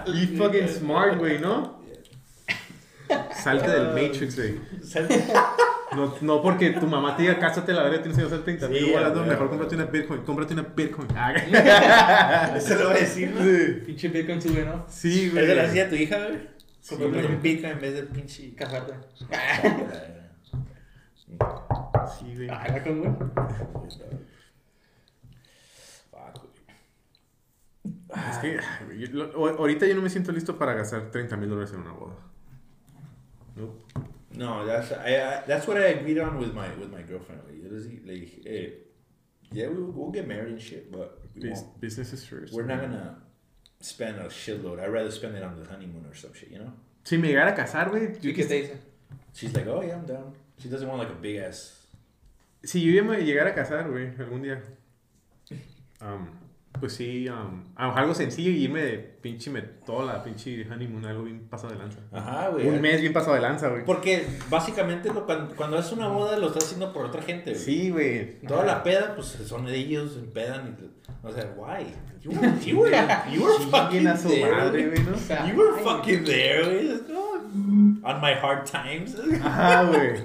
[SPEAKER 2] You fucking smart, güey, ¿no? Salte del Matrix, güey. No, no porque tu mamá te diga, cásate la verga, tienes que hacer 30 mil
[SPEAKER 1] Sí,
[SPEAKER 2] bolas.
[SPEAKER 1] güey,
[SPEAKER 2] no, mejor
[SPEAKER 1] güey.
[SPEAKER 2] cómprate una Bitcoin, cómprate una Bitcoin. Ah,
[SPEAKER 1] Eso lo voy a decir, ¿no?
[SPEAKER 3] Pinche Bitcoin sube, ¿no?
[SPEAKER 2] sí,
[SPEAKER 1] ¿Es
[SPEAKER 2] güey.
[SPEAKER 1] de la silla de tu hija, güey?
[SPEAKER 2] Sí,
[SPEAKER 1] Como
[SPEAKER 2] güey.
[SPEAKER 1] un pica en vez del pinche.
[SPEAKER 3] Y casarte.
[SPEAKER 2] Sí, güey.
[SPEAKER 3] ¡Ala, con güey!
[SPEAKER 1] Fuck, güey.
[SPEAKER 2] Es que ay, güey, yo- lo- o- ahorita yo no me siento listo para gastar 30 mil dólares en una boda. Nope.
[SPEAKER 1] No, that's I, I, that's what I agreed on with my with my girlfriend. Like, yo les di- le dije, hey, yeah, we, we'll get married and shit, but we
[SPEAKER 2] Bus-
[SPEAKER 1] won't.
[SPEAKER 2] business is first.
[SPEAKER 1] we're not gonna spend a shitload. I'd rather spend it on the honeymoon or some shit, you know.
[SPEAKER 2] Si me llegara a casar, güey, yo
[SPEAKER 3] ¿Y qué
[SPEAKER 2] quis-
[SPEAKER 3] te dice?
[SPEAKER 1] She's like, oh yeah, I'm down. She doesn't want like a big ass.
[SPEAKER 2] si yo ya me llegara a casar, güey, algún día, um, pues sí, um, a- algo sencillo y irme de pinche metola, pinche honeymoon, algo bien pasado de lanza.
[SPEAKER 1] Ajá,
[SPEAKER 2] Un
[SPEAKER 1] güey.
[SPEAKER 2] mes bien pasado de lanza, güey.
[SPEAKER 1] Porque básicamente lo, cuando, cuando haces una boda lo estás haciendo por otra gente, güey.
[SPEAKER 2] Sí, güey.
[SPEAKER 1] Toda la peda, pues son ellos, pedan y. O sea, why? You were, you were, you were fucking
[SPEAKER 2] Chinguen a su
[SPEAKER 1] there,
[SPEAKER 2] madre,
[SPEAKER 1] güey.
[SPEAKER 2] güey, ¿no?
[SPEAKER 1] You were fucking there, güey. On my hard times.
[SPEAKER 2] Ajá, güey.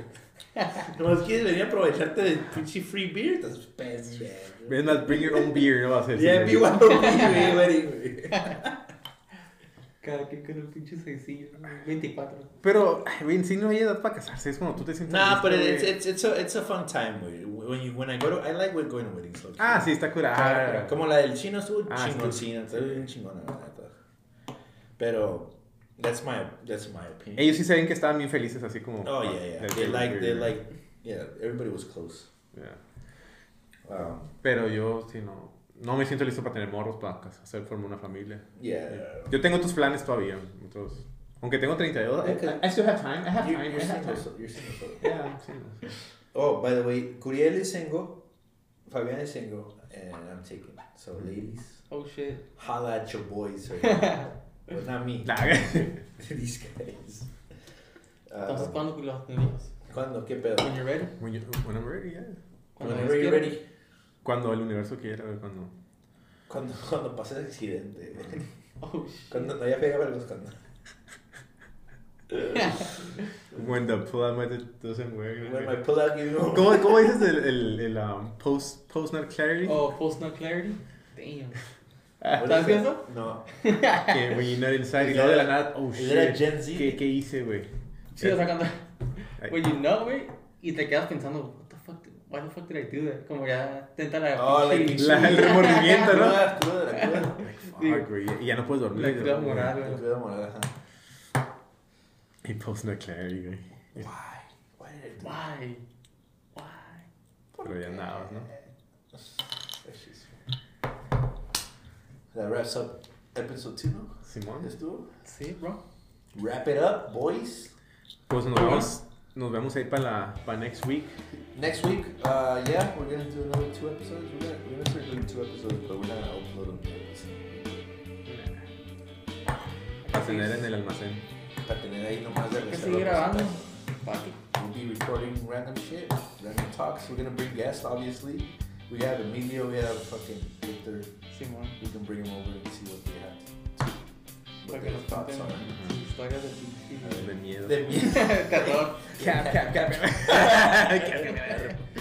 [SPEAKER 1] No es que venía a aprovecharte de pinche free beer. Estás pendejo.
[SPEAKER 2] Ven, bring your own beer, no va a ser.
[SPEAKER 1] Ya
[SPEAKER 2] sí,
[SPEAKER 1] vi cuando vi, güey, güey, güey.
[SPEAKER 3] Cada quien con un pinche sencillo. 24.
[SPEAKER 2] Pero, ay, güey, en sí no hay edad para casarse, es cuando tú te sientes.
[SPEAKER 1] Nah,
[SPEAKER 2] listo,
[SPEAKER 1] but it's,
[SPEAKER 2] güey.
[SPEAKER 1] it's, it's, a, it's a fun time, güey. When, you, when I go to. I like when going to weddings. low-key.
[SPEAKER 2] Ah, sí, está curada.
[SPEAKER 1] Como la del chino estuvo
[SPEAKER 2] Ah,
[SPEAKER 1] chingoncina. Estuvo bien chingona, la neta. Pero. That's my, that's my opinion.
[SPEAKER 2] Ellos sí saben que estaban bien felices, así como. ah,
[SPEAKER 1] Oh yeah, yeah. They like they like yeah. Everybody was close.
[SPEAKER 2] Yeah.
[SPEAKER 1] Um,
[SPEAKER 2] Pero yo, sí, no. No me siento listo para tener morros, para casarse, formar una familia.
[SPEAKER 1] yeah.
[SPEAKER 2] Yo tengo tus planes todavía. Entonces, aunque tengo 32.
[SPEAKER 1] Ok.
[SPEAKER 2] I, I still have time. I have
[SPEAKER 1] You,
[SPEAKER 2] time.
[SPEAKER 1] you're
[SPEAKER 2] I have
[SPEAKER 1] single.
[SPEAKER 2] time.
[SPEAKER 1] so- You're single. so-
[SPEAKER 2] Yeah, sí, no.
[SPEAKER 1] Oh, by the way, Curiel is single. Fabian is single, and I'm taken. So ladies,
[SPEAKER 3] Oh shit.
[SPEAKER 1] holla at your boys. Right now. but not me.
[SPEAKER 2] Nah,
[SPEAKER 1] These guys.
[SPEAKER 3] Entonces,
[SPEAKER 1] Um,
[SPEAKER 3] ¿cuándo los tenías?
[SPEAKER 1] ¿Cuándo? ¿Qué pedo?
[SPEAKER 3] When you're ready.
[SPEAKER 2] when you, when I'm ready, yeah.
[SPEAKER 3] Cuando
[SPEAKER 1] Whenever you're
[SPEAKER 3] quieras.
[SPEAKER 1] ready.
[SPEAKER 2] Cuando el universo quiera, güey, cuando.
[SPEAKER 1] Cuando, cuando pasé el accidente.
[SPEAKER 3] Oh shit.
[SPEAKER 1] Cuando no, ya pegaba los cuando.
[SPEAKER 2] When the pull-out method doesn't work.
[SPEAKER 1] When I pull out, you know.
[SPEAKER 2] ¿Cómo, ¿Cómo dices el, el, el um, post, post not clarity?
[SPEAKER 3] Oh, post no clarity. Damn.
[SPEAKER 1] What
[SPEAKER 3] ¿Estás
[SPEAKER 1] is that?
[SPEAKER 3] viendo?
[SPEAKER 1] No.
[SPEAKER 2] Que when you're not inside, y
[SPEAKER 1] Is
[SPEAKER 2] luego de
[SPEAKER 1] that-
[SPEAKER 2] la nada, oh
[SPEAKER 1] is that
[SPEAKER 2] shit.
[SPEAKER 1] Gen Z?
[SPEAKER 2] ¿Qué, ¿Qué hice, güey?
[SPEAKER 3] Sí, o sea, cuando.
[SPEAKER 2] Ay.
[SPEAKER 3] When you know it. Y te quedas pensando, what the fuck, did- why the fuck did I do that? Como ya tenta la.
[SPEAKER 1] Oh, la
[SPEAKER 3] pinche-
[SPEAKER 2] La- el remordimiento, ¿no?
[SPEAKER 1] Cruda, cruda, la cruda.
[SPEAKER 2] Fuck, güey. Y ya no puedes dormir.
[SPEAKER 3] La cruda
[SPEAKER 2] güey.
[SPEAKER 3] moral,
[SPEAKER 1] La
[SPEAKER 3] güey.
[SPEAKER 1] cruda moral, ajá.
[SPEAKER 2] Y post not clarity, güey.
[SPEAKER 1] Why? Why did I do that?
[SPEAKER 3] Why? Why?
[SPEAKER 2] Pero ya andabas, ¿no?
[SPEAKER 1] That wraps up episode 2, ¿no?
[SPEAKER 2] Simón.
[SPEAKER 1] ¿Estuvo?
[SPEAKER 3] Sí, bro.
[SPEAKER 1] Wrap it up, boys.
[SPEAKER 2] Pues nos vemos, nos vemos ahí para la para next week.
[SPEAKER 1] Next week, uh, yeah, we're gonna do another two episodes. We're gonna, we're gonna start doing two episodes, but we're not gonna upload them yet.
[SPEAKER 2] Para cenar en el almacén.
[SPEAKER 1] Para tener ahí nomás de
[SPEAKER 3] que
[SPEAKER 1] reserva
[SPEAKER 3] seguir
[SPEAKER 1] para
[SPEAKER 3] grabando.
[SPEAKER 1] sentarnos.
[SPEAKER 3] Fuck it.
[SPEAKER 1] We'll be recording random shit, random talks. We're gonna bring guests, obviously. We have Emilio, we have fucking Victor.
[SPEAKER 3] Simón.
[SPEAKER 1] We can bring them over and see what they have. to-
[SPEAKER 3] Para que nos
[SPEAKER 9] thoughts on
[SPEAKER 3] cuenten
[SPEAKER 9] it.
[SPEAKER 3] historias de pinche.
[SPEAKER 2] De miedo.
[SPEAKER 9] De miedo.
[SPEAKER 3] Terror. Cap, cap, cap.